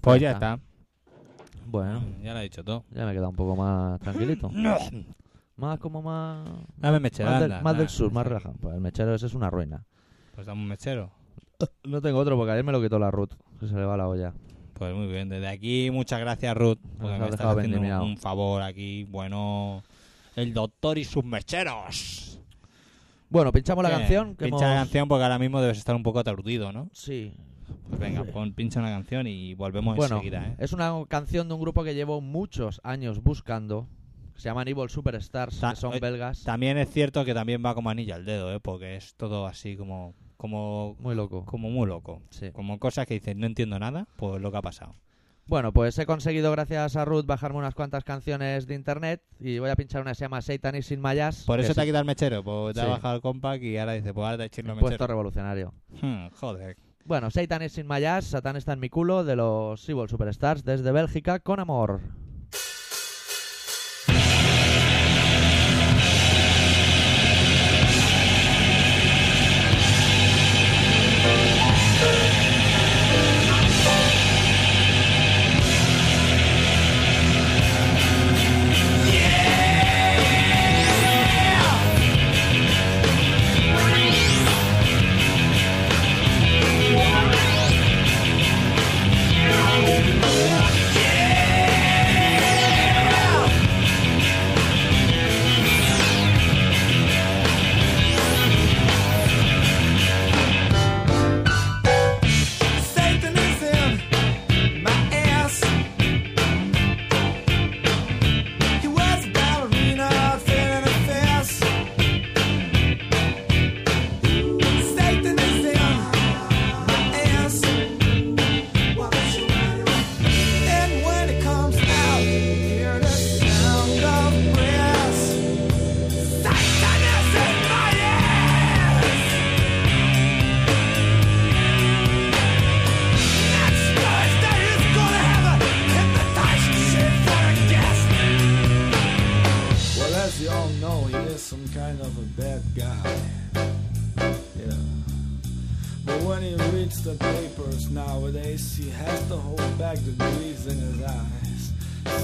Pues Ya ya está. Bueno, Ya lo he dicho todo. ya me he quedado un poco más tranquilito. Más como más... Dame mechero. más del, anda, más anda. del sur, más relajado. Pues el mechero ese es una ruina. Pues dame un mechero. No tengo otro porque ayer me lo quitó la Ruth. que se le va la olla. Pues muy bien, desde aquí muchas gracias Ruth, porque has me estás dejado haciendo un, vendimiado. un favor aquí, bueno, el doctor y sus mecheros. Bueno, pinchamos la Bien, canción. que Eh, pincha hemos- la canción porque ahora mismo debes estar un poco aturdido, ¿no? Sí. Pues venga, pon, pincha una canción y volvemos Bueno, enseguida, ¿eh? es una canción de un grupo que llevo muchos años buscando. Se llaman Evil Superstars, Ta- que son eh, belgas. También es cierto que también va como anilla al dedo, ¿eh? Porque es todo así como, como, Muy loco. como muy loco. Sí. Como cosas que dices, no entiendo nada, pues lo que ha pasado. Bueno, pues he conseguido, gracias a Ruth, bajarme unas cuantas canciones de internet. Y voy a pinchar una que se llama Satan is in my ass, Por que eso es te ha quitado el mechero, pues te ha Sí. bajado el compact y ahora dices, pues ahora te he hecho el un puesto mechero. revolucionario. Hmm, joder. Bueno, Satan is in my ass, Satán está en mi culo, de los Evil Superstars, desde Bélgica, con amor. Satan is in my ass. He was a ballerina, feeling a fast. Satan is in my ass. And when it comes out, you hear the sound of brass. Satan is in my ass. Next Thursday is gonna have a hypnotized shit for a guest. Well, as you all know, he is some kind of a bad guy. Yeah. But when he reads the papers nowadays, he has to hold back the grease in his eyes.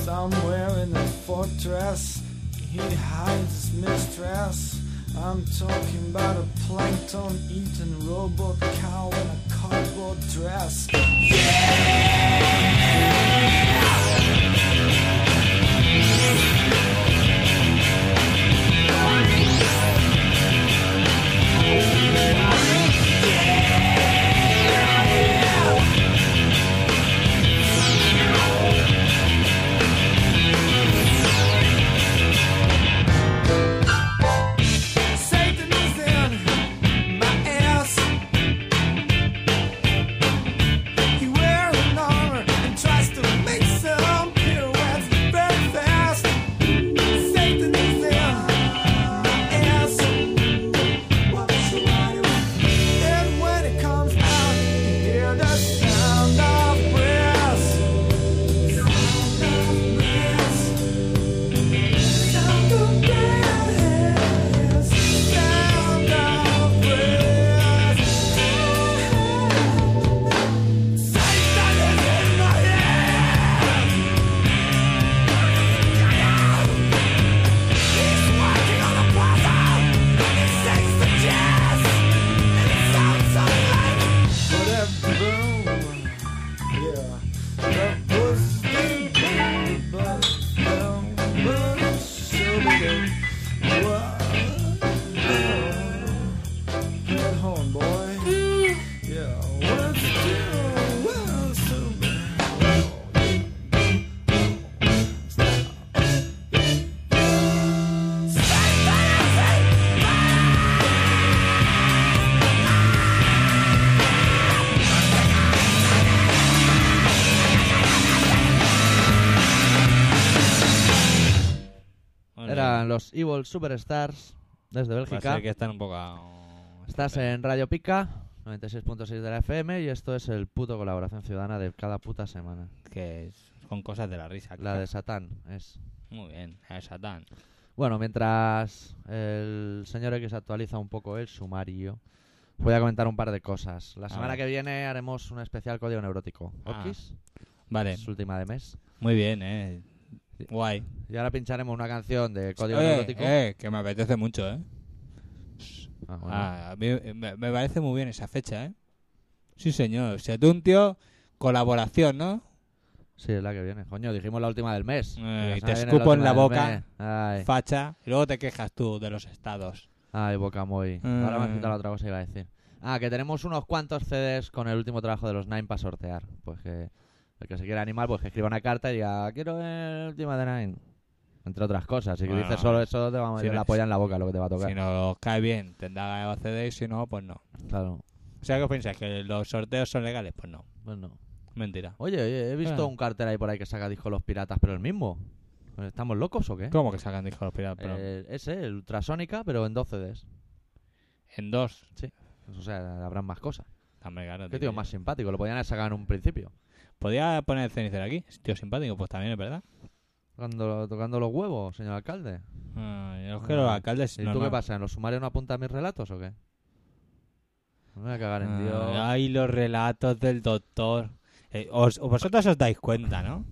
Somewhere in a fortress, he hides his mistress. I'm talking about a plankton eating robot cow in a cardboard dress. Satan is in my ass. He wears an armor and tries to los Evil Superstars desde Bélgica. Parece que están un poco... Estás en Radio Pica, 96.6 de la FM, y esto es el puto colaboración ciudadana de cada puta semana. Que es con cosas de la risa. La de Satán es. Muy bien, a Satán. Bueno, mientras el señor X actualiza un poco el sumario, voy a comentar un par de cosas. La semana ver. que viene haremos un especial código neurótico. Ah, Okis, Vale, es última de mes. muy bien, eh. Guay. Y ahora pincharemos una canción de código Eh, neurótico. eh, que me apetece mucho, eh. Ah, bueno. Ah, a mí me, me parece muy bien esa fecha, ¿eh? Sí, señor. O sea, tú un tío, colaboración, ¿no? Sí, es la que viene. Coño, dijimos la última del mes. Eh, Ya y sabe, te viene escupo en última la del boca. mes. Ay, Facha. Y luego te quejas tú de los estados. ay, boca muy. Mm. Ah, Ahora me has quitado la otra cosa que iba a decir. Ah, que tenemos unos cuantos CDs con el último trabajo de los Nine para sortear. Pues que el que se quiera animar, pues que escriba una carta y diga, quiero el último de Nine. Entre otras cosas. Si Bueno, dices solo eso, te va a meter si no- la polla en la boca lo que te va a tocar. Si nos cae bien, tendrá el CD y si no, pues no. Claro. O sea, ¿qué os pensáis? ¿Que los sorteos son legales? Pues no. Bueno. Mentira. Oye, oye, he visto Ah. un cartel ahí por ahí que saca disco Los Piratas, pero el mismo. ¿Estamos locos o qué? ¿Cómo que sacan discos los piratas? Pero Eh, ese, el Ultrasónica, pero en dos CDs. en dos. O sea, habrán más cosas. También, claro, Qué tío. tío más simpático, lo podían haber sacado en un principio. Podía poner el cenicero aquí. Es tío simpático, pues también es verdad. Tocando, tocando los huevos, señor alcalde. Ah, yo creo que los Ah, alcaldes. ¿Y no, tú qué no. pasa? ¿En los sumarios no apuntan mis relatos o qué? No me voy a cagar en Dios. Ah, Ay, los relatos del doctor. Eh, os- vosotros os dais cuenta, ¿no?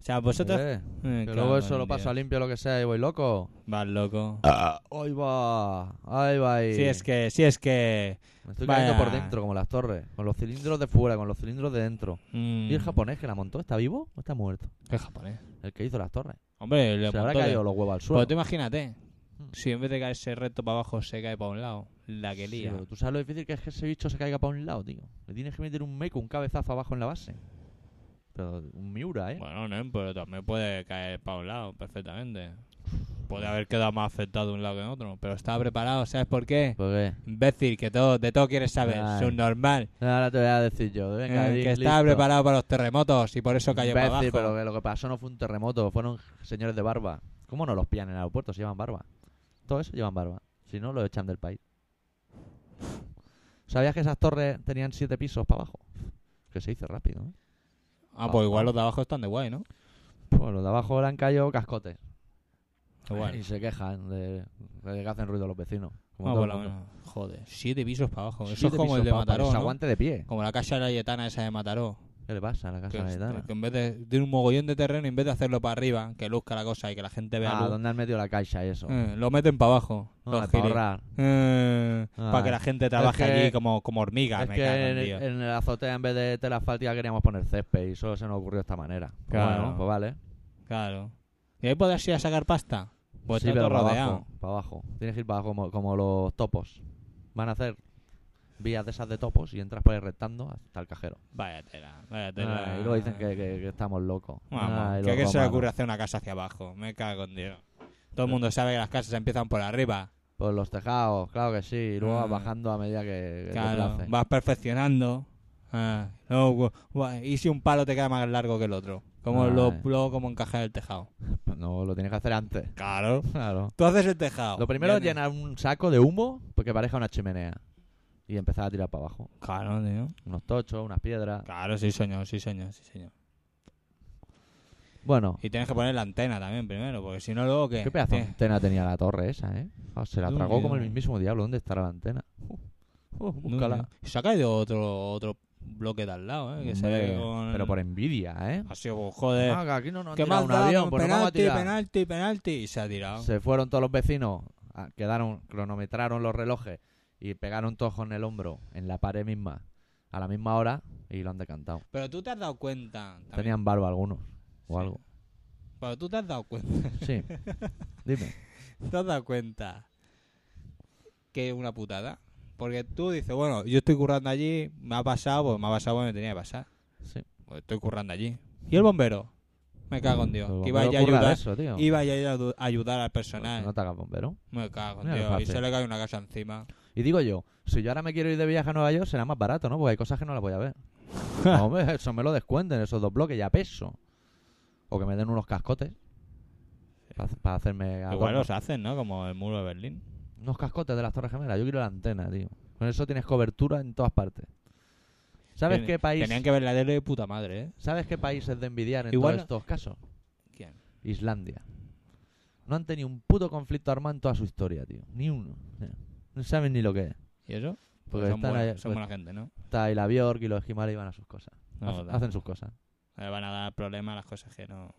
O sea, vosotros. Eh, Eh, que cago luego eso en lo Ah. paso Dios. a limpio lo que sea y voy loco. Vas loco. Ahí va, ahí va. Ahí. Si es que, si es que. Me estoy vaya. cayendo por dentro, como las torres. Con los cilindros de fuera, con los cilindros de dentro. mm, ¿Y el japonés que la montó? ¿Está vivo o está muerto? El japonés. El que hizo las torres. Hombre, Se le le habrá montó de- Pues caído los huevos al Pero suelo. tú imagínate, Mm. si en vez de caerse recto para abajo se cae para un lado, la que Sí, lía. pero tú sabes lo difícil que es que ese bicho se caiga para un lado, tío. Le tienes que meter un meco, un cabezazo abajo en la base. Pero un Miura, ¿eh? Bueno, no, pero también puede caer para un lado perfectamente. Puede haber quedado más afectado de un lado que en otro, pero estaba preparado, ¿sabes por qué? ¿Por qué? Imbécil, que todo, de todo quieres saber, Ay. subnormal. Ahora te voy a decir yo. Venga, Eh, di- que estaba listo. preparado para los terremotos y por eso cayó para Imbécil, abajo. pero que lo que pasó no fue un terremoto, fueron señores de barba. ¿Cómo no los pillan en el aeropuerto si llevan barba? Todo eso llevan barba. Si no, lo echan del país. ¿Sabías que esas torres tenían siete pisos para abajo? Que se dice rápido, ¿eh? Ah, pues igual los de abajo están de guay, ¿no? Pues los de abajo le han caído cascotes. De guay. Y se quejan de, de que hacen ruido los vecinos. Como Ah, todo por el lo mundo. menos. Joder, siete pisos para abajo. Eso Siete es como el pisos de pa- para que Mataró, se ¿no? aguante de pie. Como la casa layetana esa de Mataró. ¿Qué le pasa a la Que, casa es- Layetana? que en vez de tiene un mogollón de terreno, en vez de hacerlo para arriba, que luzca la cosa y que la gente vea Ah, luz, ¿dónde han metido la caixa y eso? eh, lo meten para abajo. Ah, los para giris. ahorrar. Eh, para que Ay. la gente trabaje Es que- allí como, como hormiga. es me que cago en en, Dios. en el eh. azotea en vez de tela asfáltica queríamos poner césped y solo se nos ocurrió de esta manera. Pues Claro. Bueno, pues vale. Claro. ¿Y ahí podrás ir a sacar pasta? Pues Sí, está pero todo para rodeado. abajo, para abajo. Tienes que ir para abajo como, como los topos. Van a hacer vías de esas de topos y entras por el rectando hasta el cajero. Vaya tela, vaya tela. Ah, y luego dicen que, que- que estamos locos. Vamos, Ay, que a quién los se le romanos. ocurre hacer una casa hacia abajo? Me cago en Dios. Todo el mundo sabe que las casas empiezan por arriba. Por Pues los tejados, claro que sí. Y luego vas Ah. bajando a medida que, que te Claro, place. vas perfeccionando. Ah, no, gu- guay. y si un palo te queda más largo que el otro. Como lo, Ay. luego como encajar el tejado. Pues No, lo tienes que hacer antes. <laughs> Claro. Claro. Tú haces el tejado. Lo primero es Viene- llenar un saco de humo porque parezca una chimenea. Y empezar a tirar para abajo. Claro, tío. Unos tochos, unas piedras. Claro, sí, señor, sí, señor, sí, señor. Bueno, Y tienes que poner la antena también primero, porque si no, luego que. qué pedazo de antena tenía la torre esa, ¿eh? Ah, se la De un tragó como el día. mismísimo diablo. ¿Dónde estará la antena? <laughs> Uh, uh, búscala. Se ha caído otro, otro bloque de al lado, ¿eh? Que se Hombre, ve con. Pero por envidia, ¿eh? Ha sido, pues, joder. Ah, que aquí no nos han ¿Qué tirado más un da? avión, pues no vamos a penalti, tirar. penalti, penalti. Y se ha tirado. Se fueron todos los vecinos, ah, quedaron, cronometraron los relojes y pegaron todos con el hombro en la pared misma a la misma hora y lo han decantado. Pero tú te has dado cuenta. también- Tenían barba algunos o Sí. algo. Pero tú te has dado cuenta. <laughs> Sí. Dime. ¿Te has dado cuenta que es una putada? Porque tú dices, bueno, yo estoy currando allí, me ha pasado, pues me ha pasado porque me tenía que pasar. Sí. Pues estoy currando allí. ¿Y el bombero? Me cago en Dios. Pero Que iba a bombero ir a curra de ayudar, eso, tío. Pues iba a ir a adu- a ayudar al No personal. te hagas bombero. Me cago en Mira lo Dios. Y fácil. se le cae una casa encima. Y digo yo, si yo ahora me quiero ir de viaje a Nueva York, será más barato, ¿no? Porque hay cosas que no las voy <laughs> a ver. No, hombre, eso me lo descuenten, esos dos bloques, ya peso. O que me den unos cascotes. Para, para hacerme Igual adornos. los hacen, ¿no? Como el muro de Berlín. unos cascotes de las Torres Gemelas. Yo quiero la antena, tío. Con eso tienes cobertura en todas partes. ¿Sabes Ten- qué país? Tenían que ver la tele de puta madre, ¿eh? ¿Sabes qué país es de envidiar en Igual todos estos casos? ¿Quién? Islandia. No han tenido un puto conflicto armado en toda su historia, tío. Ni uno. O sea, No saben ni lo que es. ¿Y eso? Porque son están buena, ahí- pues, son buena gente, ¿no? Está ahí la Bjork y los esquimales y van a sus cosas. No, Hacen- no. hacen sus cosas. Le van a dar problemas a las cosas que no...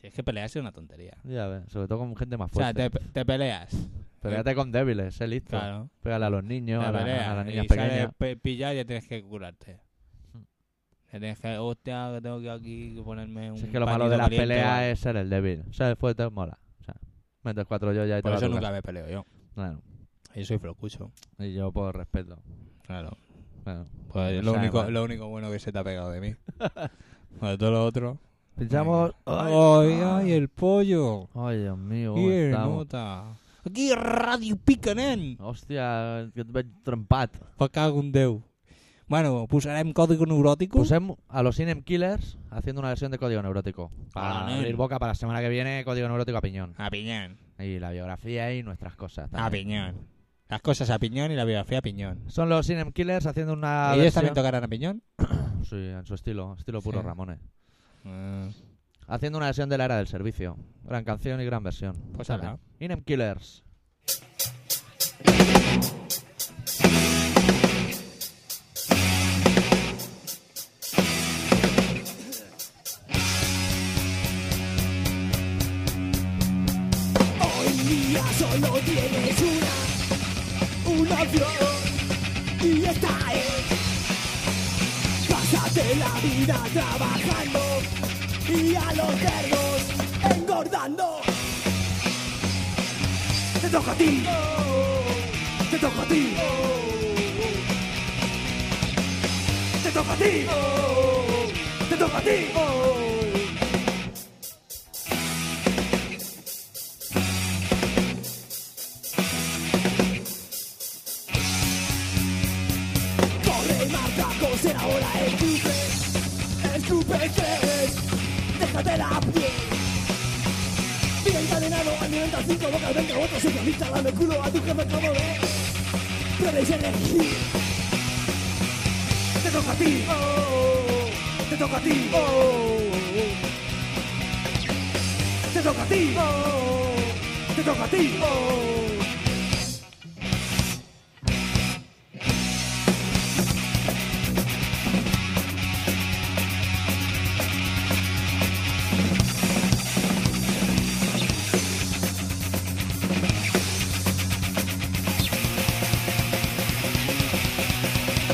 Si es que pelearse es una tontería. Ya ves, sobre todo con gente más O sea, fuerte. te, te peleas. Pégate con débiles, sé listo. Claro. Pégale a los niños, Te Pues, a, la- peleas a las niñas y pequeñas. sales pillado y ya tienes que curarte. Mm. Ya tienes que... Hostia, que tengo que aquí ponerme un Si es que lo malo de las las peleas es ser el débil. Ser el fuerte mola. O sea, metes cuatro yo ya y te Por vas a eso tu nunca me peleo yo. casa. Claro. Yo soy flocucho. Y yo por respeto. Claro. Bueno, Pues Me es lo sabe único, mal. lo único bueno que se te ha pegado de mí. <laughs> de todo lo otro... pinchamos. ¡Ay, Ay, ay, el pollo! Ay, Dios mío, cómo ¡Qué estamos. nota! Aquí Radio Picanen! Hostia, que te he trempat. Pa' cago un deu. Bueno, posarem código neurótico. Pusem Pues a los Inem Killers haciendo una versión de Código Neurótico. Para Ah, nen. abrir boca para la semana que viene, Código Neurótico a piñón. A piñón. Y la biografía y nuestras cosas. A también. piñón. Las cosas a piñón y la biografía a piñón. Son los Inem Killers haciendo una ¿Ellos Ah, versión... también tocarán a piñón? Sí, en su estilo, estilo puro Sí. Ramones. Ah, Eh, Haciendo una versión de la era del servicio. Gran canción y gran versión. Pues ala. Inem Killers. Hoy día solo tienes una, una opción y esta es Pásate la vida trabajando y a los cerdos engordando Te toca a ti, te toca a ti Te toca a ti, te toca a ti Corre, marca, coser ahora escupe Estupefes, déjate la piel Bien encadenado, alimenta cinco bocas, venga otro socialista, dame culo a tu jefe como de Puedes elegir Te toca a ti, oh, te toca a ti, oh Te toca a ti, oh, te toca a ti, oh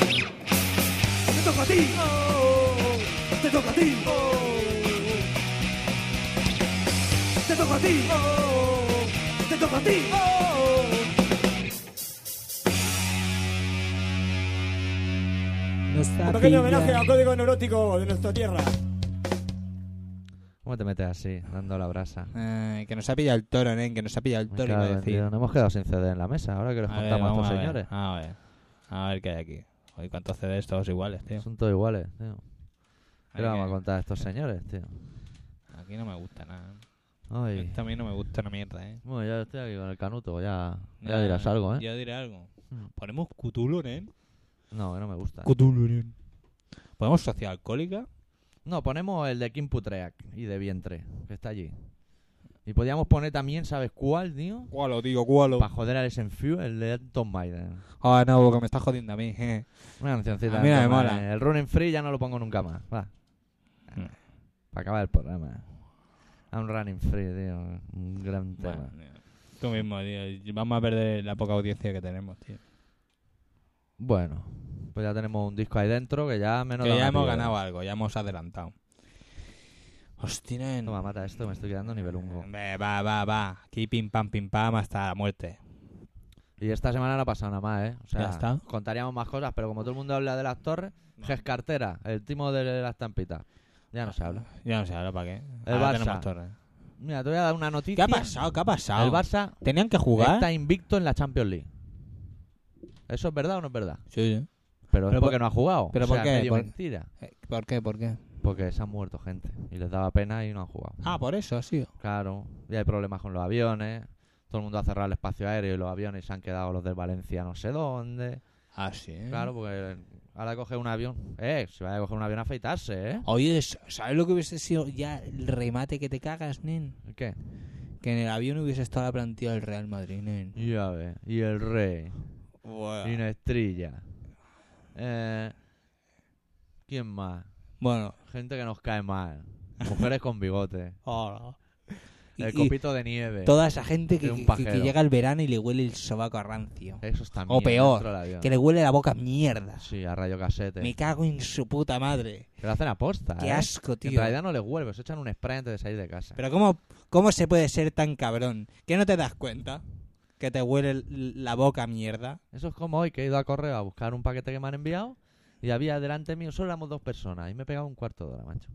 Te toca a ti, te toca a ti, te toca a ti, te toca a ti. Un código neurótico de nuestra tierra. ¿Cómo te metes así, dando la brasa? Eh, que nos ha pillado el toro, nen, que nos ha pillado el Me toro, cago iba a en decir. Dios, Nos hemos quedado sin CD en la mesa, ahora que les A ver, contamos a vamos estos a ver, señores. A ver, a ver qué hay aquí. Hoy cuántos CDs todos iguales, tío. Son todos iguales, tío. ¿Qué le Hay vamos a que- contar a estos señores, tío? Aquí no me gusta nada. Ay. Esto a mí no me gusta una mierda, eh. Bueno, ya estoy aquí con el canuto, ya, ya Nah, dirás algo, ¿eh? Ya diré algo. Mm. Ponemos Cthulhu, nen. No, que no me gusta. Cthulhu, nen. ¿Ponemos sociedad alcohólica? No, ponemos el de Kim Putreak y de Vientre, que está allí. Y podíamos poner también, ¿sabes cuál, tío? Cualo, tío, cualo. Para joder al Senfew, el de Tom Biden. Ah, no, porque me estás jodiendo a mí. eh. Una cancioncita. A mí no de me Tom mola. Biden. El Running Free ya no lo pongo nunca más. Va. Mm. Para acabar el programa. I'm running free, tío. Un gran tema. Bueno, tío, Tú mismo, tío. Vamos a perder la poca audiencia que tenemos, tío. Bueno, pues ya tenemos un disco ahí dentro que ya menos. que da ya una hemos piedra. ganado algo, ya hemos adelantado. Hostia, Toma, mata esto, me estoy quedando nivel 1. Hombre, Va, va, va. Aquí pim pam, pim pam hasta la muerte. Y esta semana no ha pasado nada más, ¿eh? O sea, Ya está. contaríamos más cosas, pero como todo el mundo habla de las torres, Ges Cartera, el timo de las tampitas. Ya no se habla. Ya no sé, ahora para qué. El Ahora Barça. tenemos torres. Mira, te voy a dar una ¿Qué noticia. ha pasado? ¿Qué ha pasado? El Barça ¿Tenían que jugar? está invicto en la Champions League. ¿Eso es verdad o no es verdad? Sí, sí. Pero, Pero es por- porque no ha jugado. ¿pero O por sea, qué? medio Por- mentira. Eh, ¿Por qué? ¿Por qué? Porque se han muerto gente y les daba pena y no han jugado. Ah, por eso ha sido. Claro, y hay problemas con los aviones. Todo el mundo ha cerrado el espacio aéreo y los aviones se han quedado los de Valencia no sé dónde. Ah, sí. Claro, porque ahora coge un avión. Eh, si vaya a coger un avión a afeitarse, ¿eh? Oye, s- ¿sabes lo que hubiese sido ya el remate que te cagas, nen? ¿Qué? Que en el avión hubiese estado la plantilla del Real Madrid, nen. Ya ves. Y el rey. Y una estrella. Eh, ¿Quién más? Bueno. Gente que nos cae mal. Mujeres con <laughs> bigote. Hola. Y, El y copito de nieve. toda esa gente que, de un que- que pajero. llega al verano y le huele el sobaco a rancio. Eso está O peor, Que le huele la boca a mierda. Sí, a rayo casete. Me cago en su puta madre. Que lo hacen aposta. Qué ¿eh? asco, Que En tío. realidad no les vuelve, se echan un spray antes de salir de casa. Pero ¿cómo, ¿cómo se puede ser tan cabrón? ¿Que no te das cuenta? Que te huele l- la boca a mierda. Eso es como hoy que he ido a correo a buscar un paquete que me han enviado y había delante mío, solo éramos dos personas y me he pegado un cuarto de hora, macho.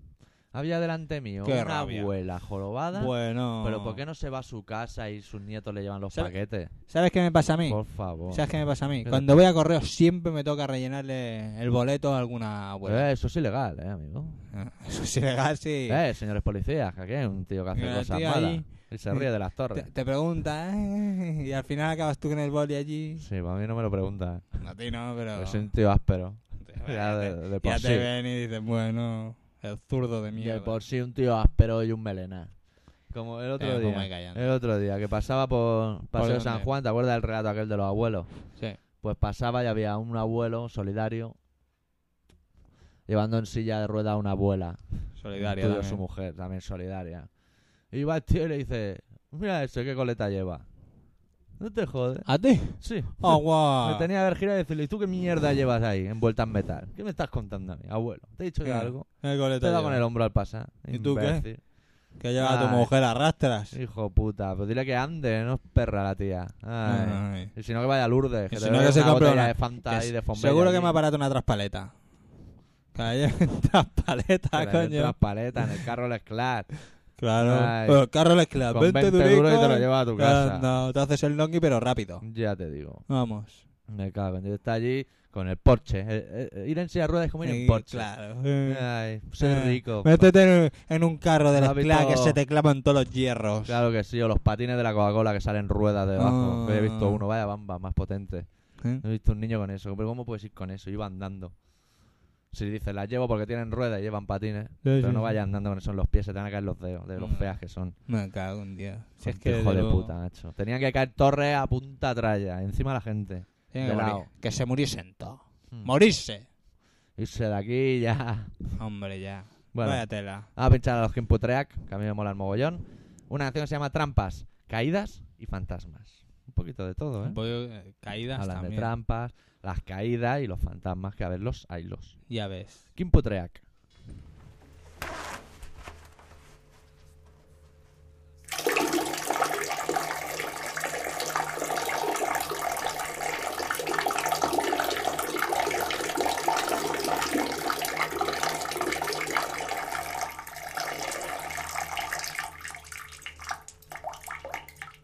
Había delante mío Qué una rabia. abuela jorobada. Bueno. Pero ¿por qué no se va a su casa y sus nietos le llevan los ¿Sabe- paquetes? ¿Sabes qué me pasa a mí? Por favor. ¿Sabes qué me pasa a mí? ¿Qué Cuando voy a correo siempre me toca rellenarle el boleto a alguna abuela. Ah, Eh, eso es ilegal, eh, amigo. Eso es ilegal, sí. Eh, señores policías, que aquí hay un tío que hace Mira, el cosas tío malas. ahí. Y se ríe de las Te, torres. te pregunta, ¿eh? Y al final acabas tú con el boli allí. Sí, para mí no me lo pregunta. No, a ti no, pero... Es un tío áspero. Pues Ah. ya ya de- te- de por ya sí. te ven y dices, bueno, el zurdo de mierda. De por sí un tío áspero y un melena. Como el otro Eh, como me día. callan. El otro día, que pasaba por Paseo dónde? San Juan, ¿te acuerdas del relato aquel de los abuelos? Sí. Pues pasaba y había un abuelo solidario llevando en silla de rueda a una abuela. Solidario Tuyo, también. su mujer, también solidaria. Y va el tío y le dice, mira eso, qué coleta lleva. No te jodes. ¿A <laughs> ti? Sí. ¡Oh, Me guau! tenía que haber girado y decirle, ¿y tú qué mierda llevas ahí, envuelta en metal? ¿Qué me estás contando a mí, abuelo? ¿Te he dicho yo Eh, algo? El Te coleta he dado lleva. con el hombro al pasar. ¿Y tú qué? imbécil. Que lleva a tu Ay. mujer a rastras. Hijo puta, pues dile que ande, no es perra la tía. Ay. Ay. Y si no, que vaya a Lourdes, que Y te si no, que bebe se una compre botella una- de Fanta Que y de Fombella seguro que allí. me ha parado una traspaleta. Que la lleven Que <laughs> traspaleta, le den coño. unas paletas en el carro <laughs> Les Clark. Ay. Claro. Bueno, Carlos Esclar, Con 20 20 duros y te lo duricos. llevas a tu Ah, casa. No, te haces el longi, pero rápido. Ya te digo. Vamos. Me cago en Dios. Está allí con el Porsche. Eh, eh, ir en silla de ruedas es como ir en Eh, Porsche. Claro. Eh, Ay, ser eh, Ah, rico. Métete en, en un carro de No la has esclava que visto- se te clavan todos los hierros. Claro que sí, o los patines de la Coca-Cola que salen ruedas debajo. Ah. Que He visto uno, vaya bamba, más potente. ¿Eh? He visto un niño con eso. Pero ¿cómo puedes ir con eso? Iba andando. Si dices, las llevo porque tienen ruedas y llevan patines. pero sí, no sí. vayas andando con eso en los pies, se te van a caer los dedos, de los Mm. feas que son. Me cago en Dios. Si es Con que hijo desde de luego- puta, macho. Tenían que caer torres a punta tralla, encima de la gente. Tiene de que, lado. morir. que se muriesen todos. Mm. Morirse. Irse de aquí ya. <laughs> Hombre, ya. Bueno. Vaya tela. Vamos a pinchar a los Kim Putreak, que a mí me mola el mogollón. Una canción que se llama Trampas, Caídas y Fantasmas. Un poquito de todo, ¿eh? Un poco, eh, caídas Hablan de también. trampas, las caídas y los fantasmas, que a verlos, hay los. Ya ves. Kim Putreak.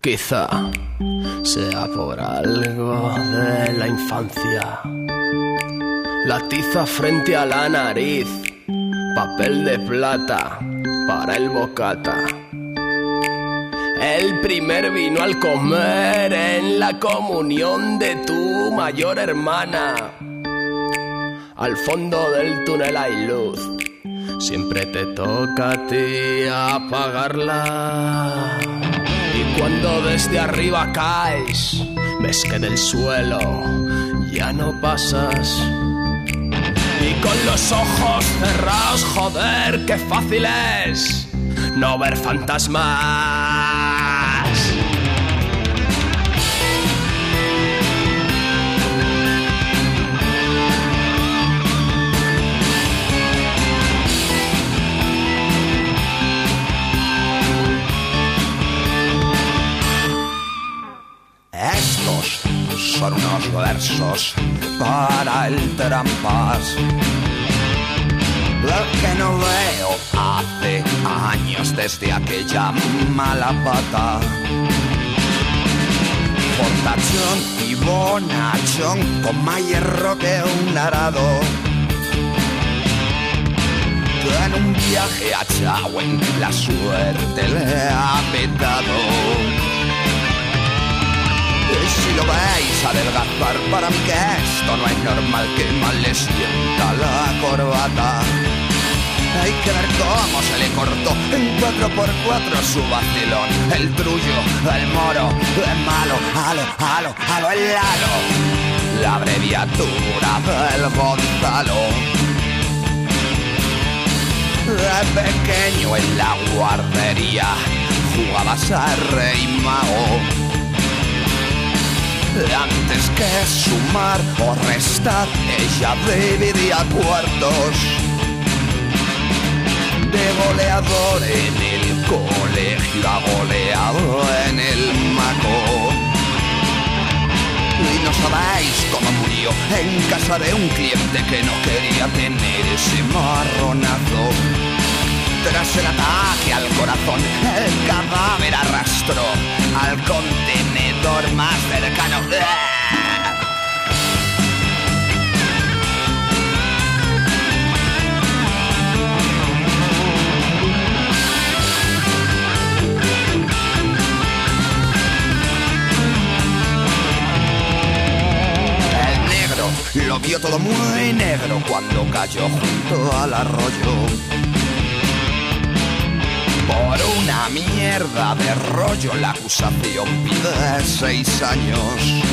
Quizá sea por algo de la infancia. La tiza frente a la nariz, papel de plata para el bocata. El primer vino al comer en la comunión de tu mayor hermana. Al fondo del túnel hay luz, siempre te toca a ti apagarla. Y cuando desde arriba caes, ves que del suelo ya no pasas. Y con los ojos cerrados, joder, qué fácil es no ver fantasmas. Estos son unos versos para el trampas. Lo que no veo hace años desde aquella mala pata. Portachón y bonachón con más hierro que un arado. Te en un viaje a Chauen, la suerte le ha petado. Y si lo veis adelgazar para mí que esto no es normal que mal le sienta la corbata. Hay que ver cómo se le cortó en 4x4 su vacilón. El trullo, el moro, el malo, halo, halo, halo, el halo. La abreviatura del Gonzalo. De pequeño en la guardería jugabas a rey mago. Antes que sumar o restar, ella dividía cuartos. De goleador en el colegio a goleado en el maco. Y no sabéis cómo murió en casa de un cliente que no quería tener ese marronazo. Tras el ataque al corazón, el cadáver arrastró al contenedor más cercano. ¡Ah! El negro lo vio todo muy negro cuando cayó junto al arroyo. Por una mierda de rollo la acusación pide seis años.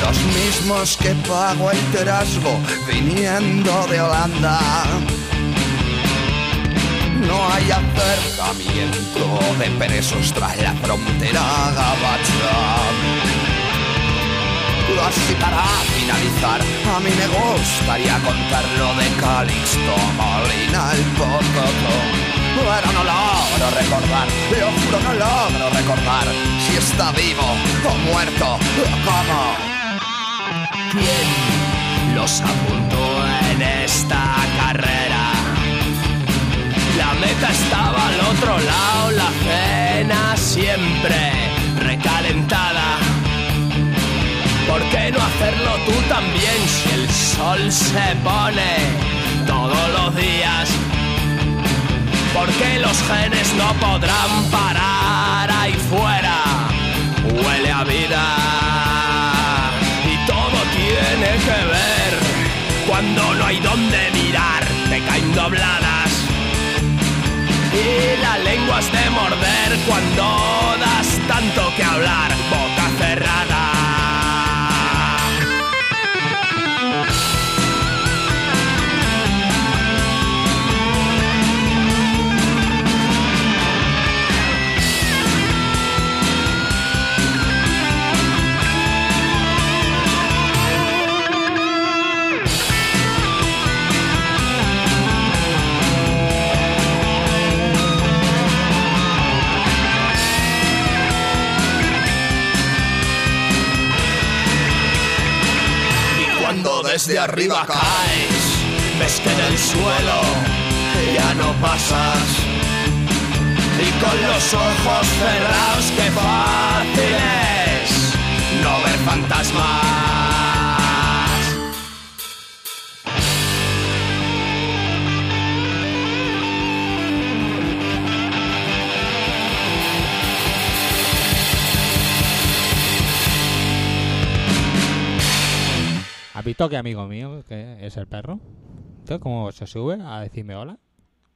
Los mismos que pagó el terasgo viniendo de Holanda. No hay acercamiento de presos tras la frontera gabacha. Así para finalizar, a mí me gustaría contar lo de Calixto Molina el Pocoto. Pero no logro recordar, lo juro, no logro recordar si está vivo o muerto o cómo. ¿Quién los apuntó en esta carrera? La meta estaba al otro lado, la cena siempre recalentada. ¿Por qué no hacerlo tú también si el sol se pone todos los días? ¿Por qué los genes no podrán parar ahí fuera? Huele a vida y todo tiene que ver cuando no hay dónde mirar, te caen dobladas y la lengua es de morder cuando das tanto que hablar, boca cerrada. Y cuando desde arriba caes, ves que en el suelo ya no pasas. Y con los ojos cerrados, qué fácil es no ver fantasmas. ¿Has visto que amigo mío, que es el perro? Tío, ¿Cómo se sube a decirme hola?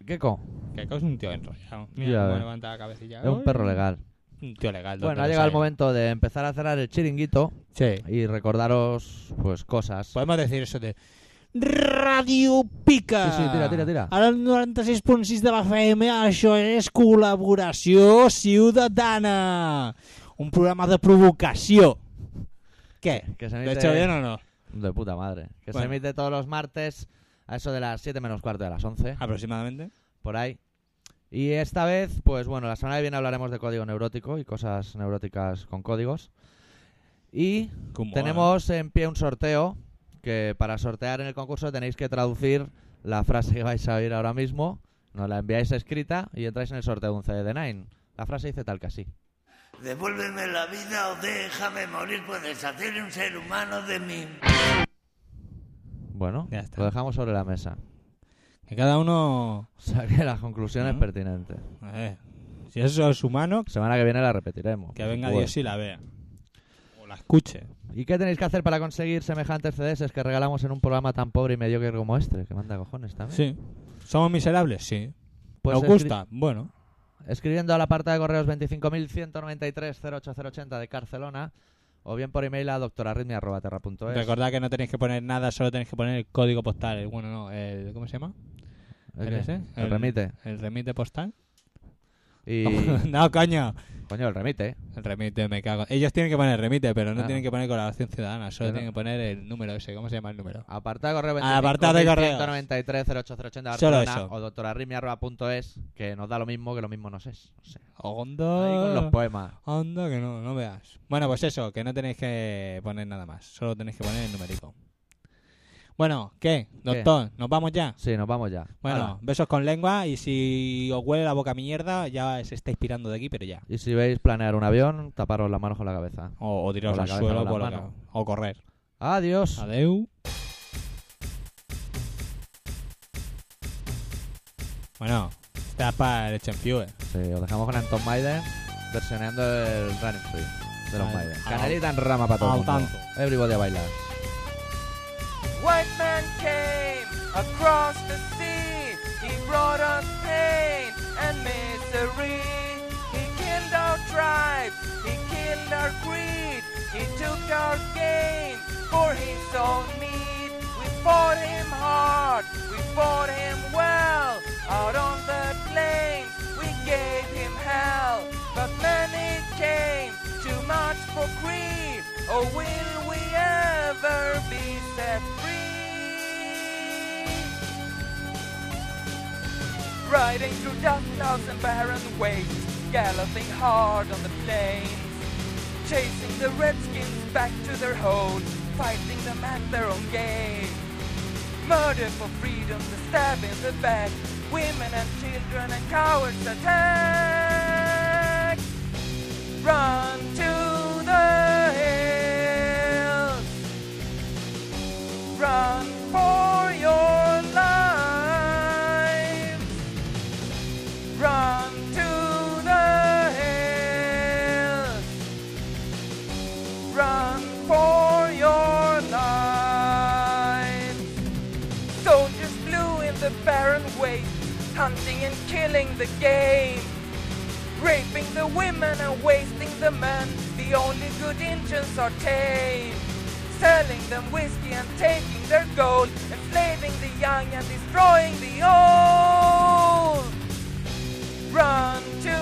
¿Qué co? Que es un tío enrollado. Ya Mira cómo ves. levanta la cabecilla. Es un Uy, perro legal. Un tío legal. ¿dónde Bueno, ha los llegado hay? el momento de empezar a cerrar el chiringuito Sí. y recordaros, pues, cosas. Podemos decir eso de... Radio Pica. Sí, sí, tira, tira, tira. Ara el 96.6 de la FM, això és col·laboració ciutadana. Un programa de provocació. Què? Que se ¿Lo he emite- hecho bien o no? De puta madre. Que se Bueno. emite todos los martes a eso de las 7 menos cuarto de las 11, Aproximadamente. por ahí. Y esta vez, pues bueno, la semana que viene hablaremos de código neurótico y cosas neuróticas con códigos. Y Como tenemos en pie un sorteo que para sortear en el concurso tenéis que traducir la frase que vais a oír ahora mismo. Nos la enviáis escrita y entráis en el sorteo de un CD de Nine. La frase dice tal que así. Devuélveme la vida o déjame morir, puedes hacer un ser humano de mí. Bueno, Ya está. lo dejamos sobre la mesa. Que cada uno... Saque las conclusiones ¿No? pertinentes. A ver, si eso es humano, Semana que viene la repetiremos. que por venga supuesto. Dios y la vea. O la escuche. ¿Y qué tenéis que hacer para conseguir semejantes CDs que regalamos en un programa tan pobre y mediocre como este? Que manda cojones también. Sí. ¿Somos miserables? Sí. Pues ¿Nos escri- gusta? Bueno. Escribiendo a la parte de correos 25.193.08080 de Barcelona o bien por email a doctorarritmia.terra.es. Recordad que no tenéis que poner nada, solo tenéis que poner el código postal. el- Bueno, no, el... ¿Cómo se llama? ¿El eh? ¿El qué? ese? El remite. ¿El remite postal? Y... <laughs> no, coño. Coño, el remite. ¿eh? El remite, me cago. Ellos tienen que poner remite, pero no Ah. tienen que poner colaboración ciudadana. Solo Pero- tienen que poner el número ese. ¿Cómo se llama el número? Apartado de correo Al Ah, apartado de correos. 25.193.08080 de Solo Barcelona eso. o doctorarritmia.es que nos da lo mismo que lo mismo nos es. O sea, Ah. ahí con los Hondo. poemas. Hondo, que no, no veas. Bueno, pues eso, que no tenéis que poner nada más. Solo tenéis que poner el numerico. Bueno, ¿qué? Doctor, ¿nos vamos ya? Sí, nos vamos ya. Bueno, Hala. besos con lengua y si os huele la boca a mierda, ya se está inspirando de aquí, pero ya. Y si veis planear un avión, taparos las manos con la cabeza. O, o tiraros Con la al cabeza, suelo con la por la mano. ca- o correr. Adiós. Adeu. Bueno, estás para el Champion. Sí, os dejamos con Anton Maiden versionando el Running Free de los Al- Maiden. al- Canelita en rama para todo al el mundo. tanto. Everybody a bailar. White man came across the sea. He brought us pain and misery. He killed our tribe. He killed our creed. He took our game for his own need. We fought him hard. We fought him well. Out on the plains, we gave him hell. But many came too much for greed. Oh, will we ever be set free? Riding through dust clouds and barren wastes, galloping hard on the plains, chasing the redskins back to their holes, fighting them at their own game. Murder for freedom, the stab in the back, women and children and cowards attack. Run to the hills. Run for your lives. Run to the hills. Run for your lives. Soldiers flew in the barren wastes, hunting and killing the game. Raping the women and wasting the men. The only good engines are tame. Selling them whiskey and taking their gold. Enslaving the young and destroying the old. Run to Oh.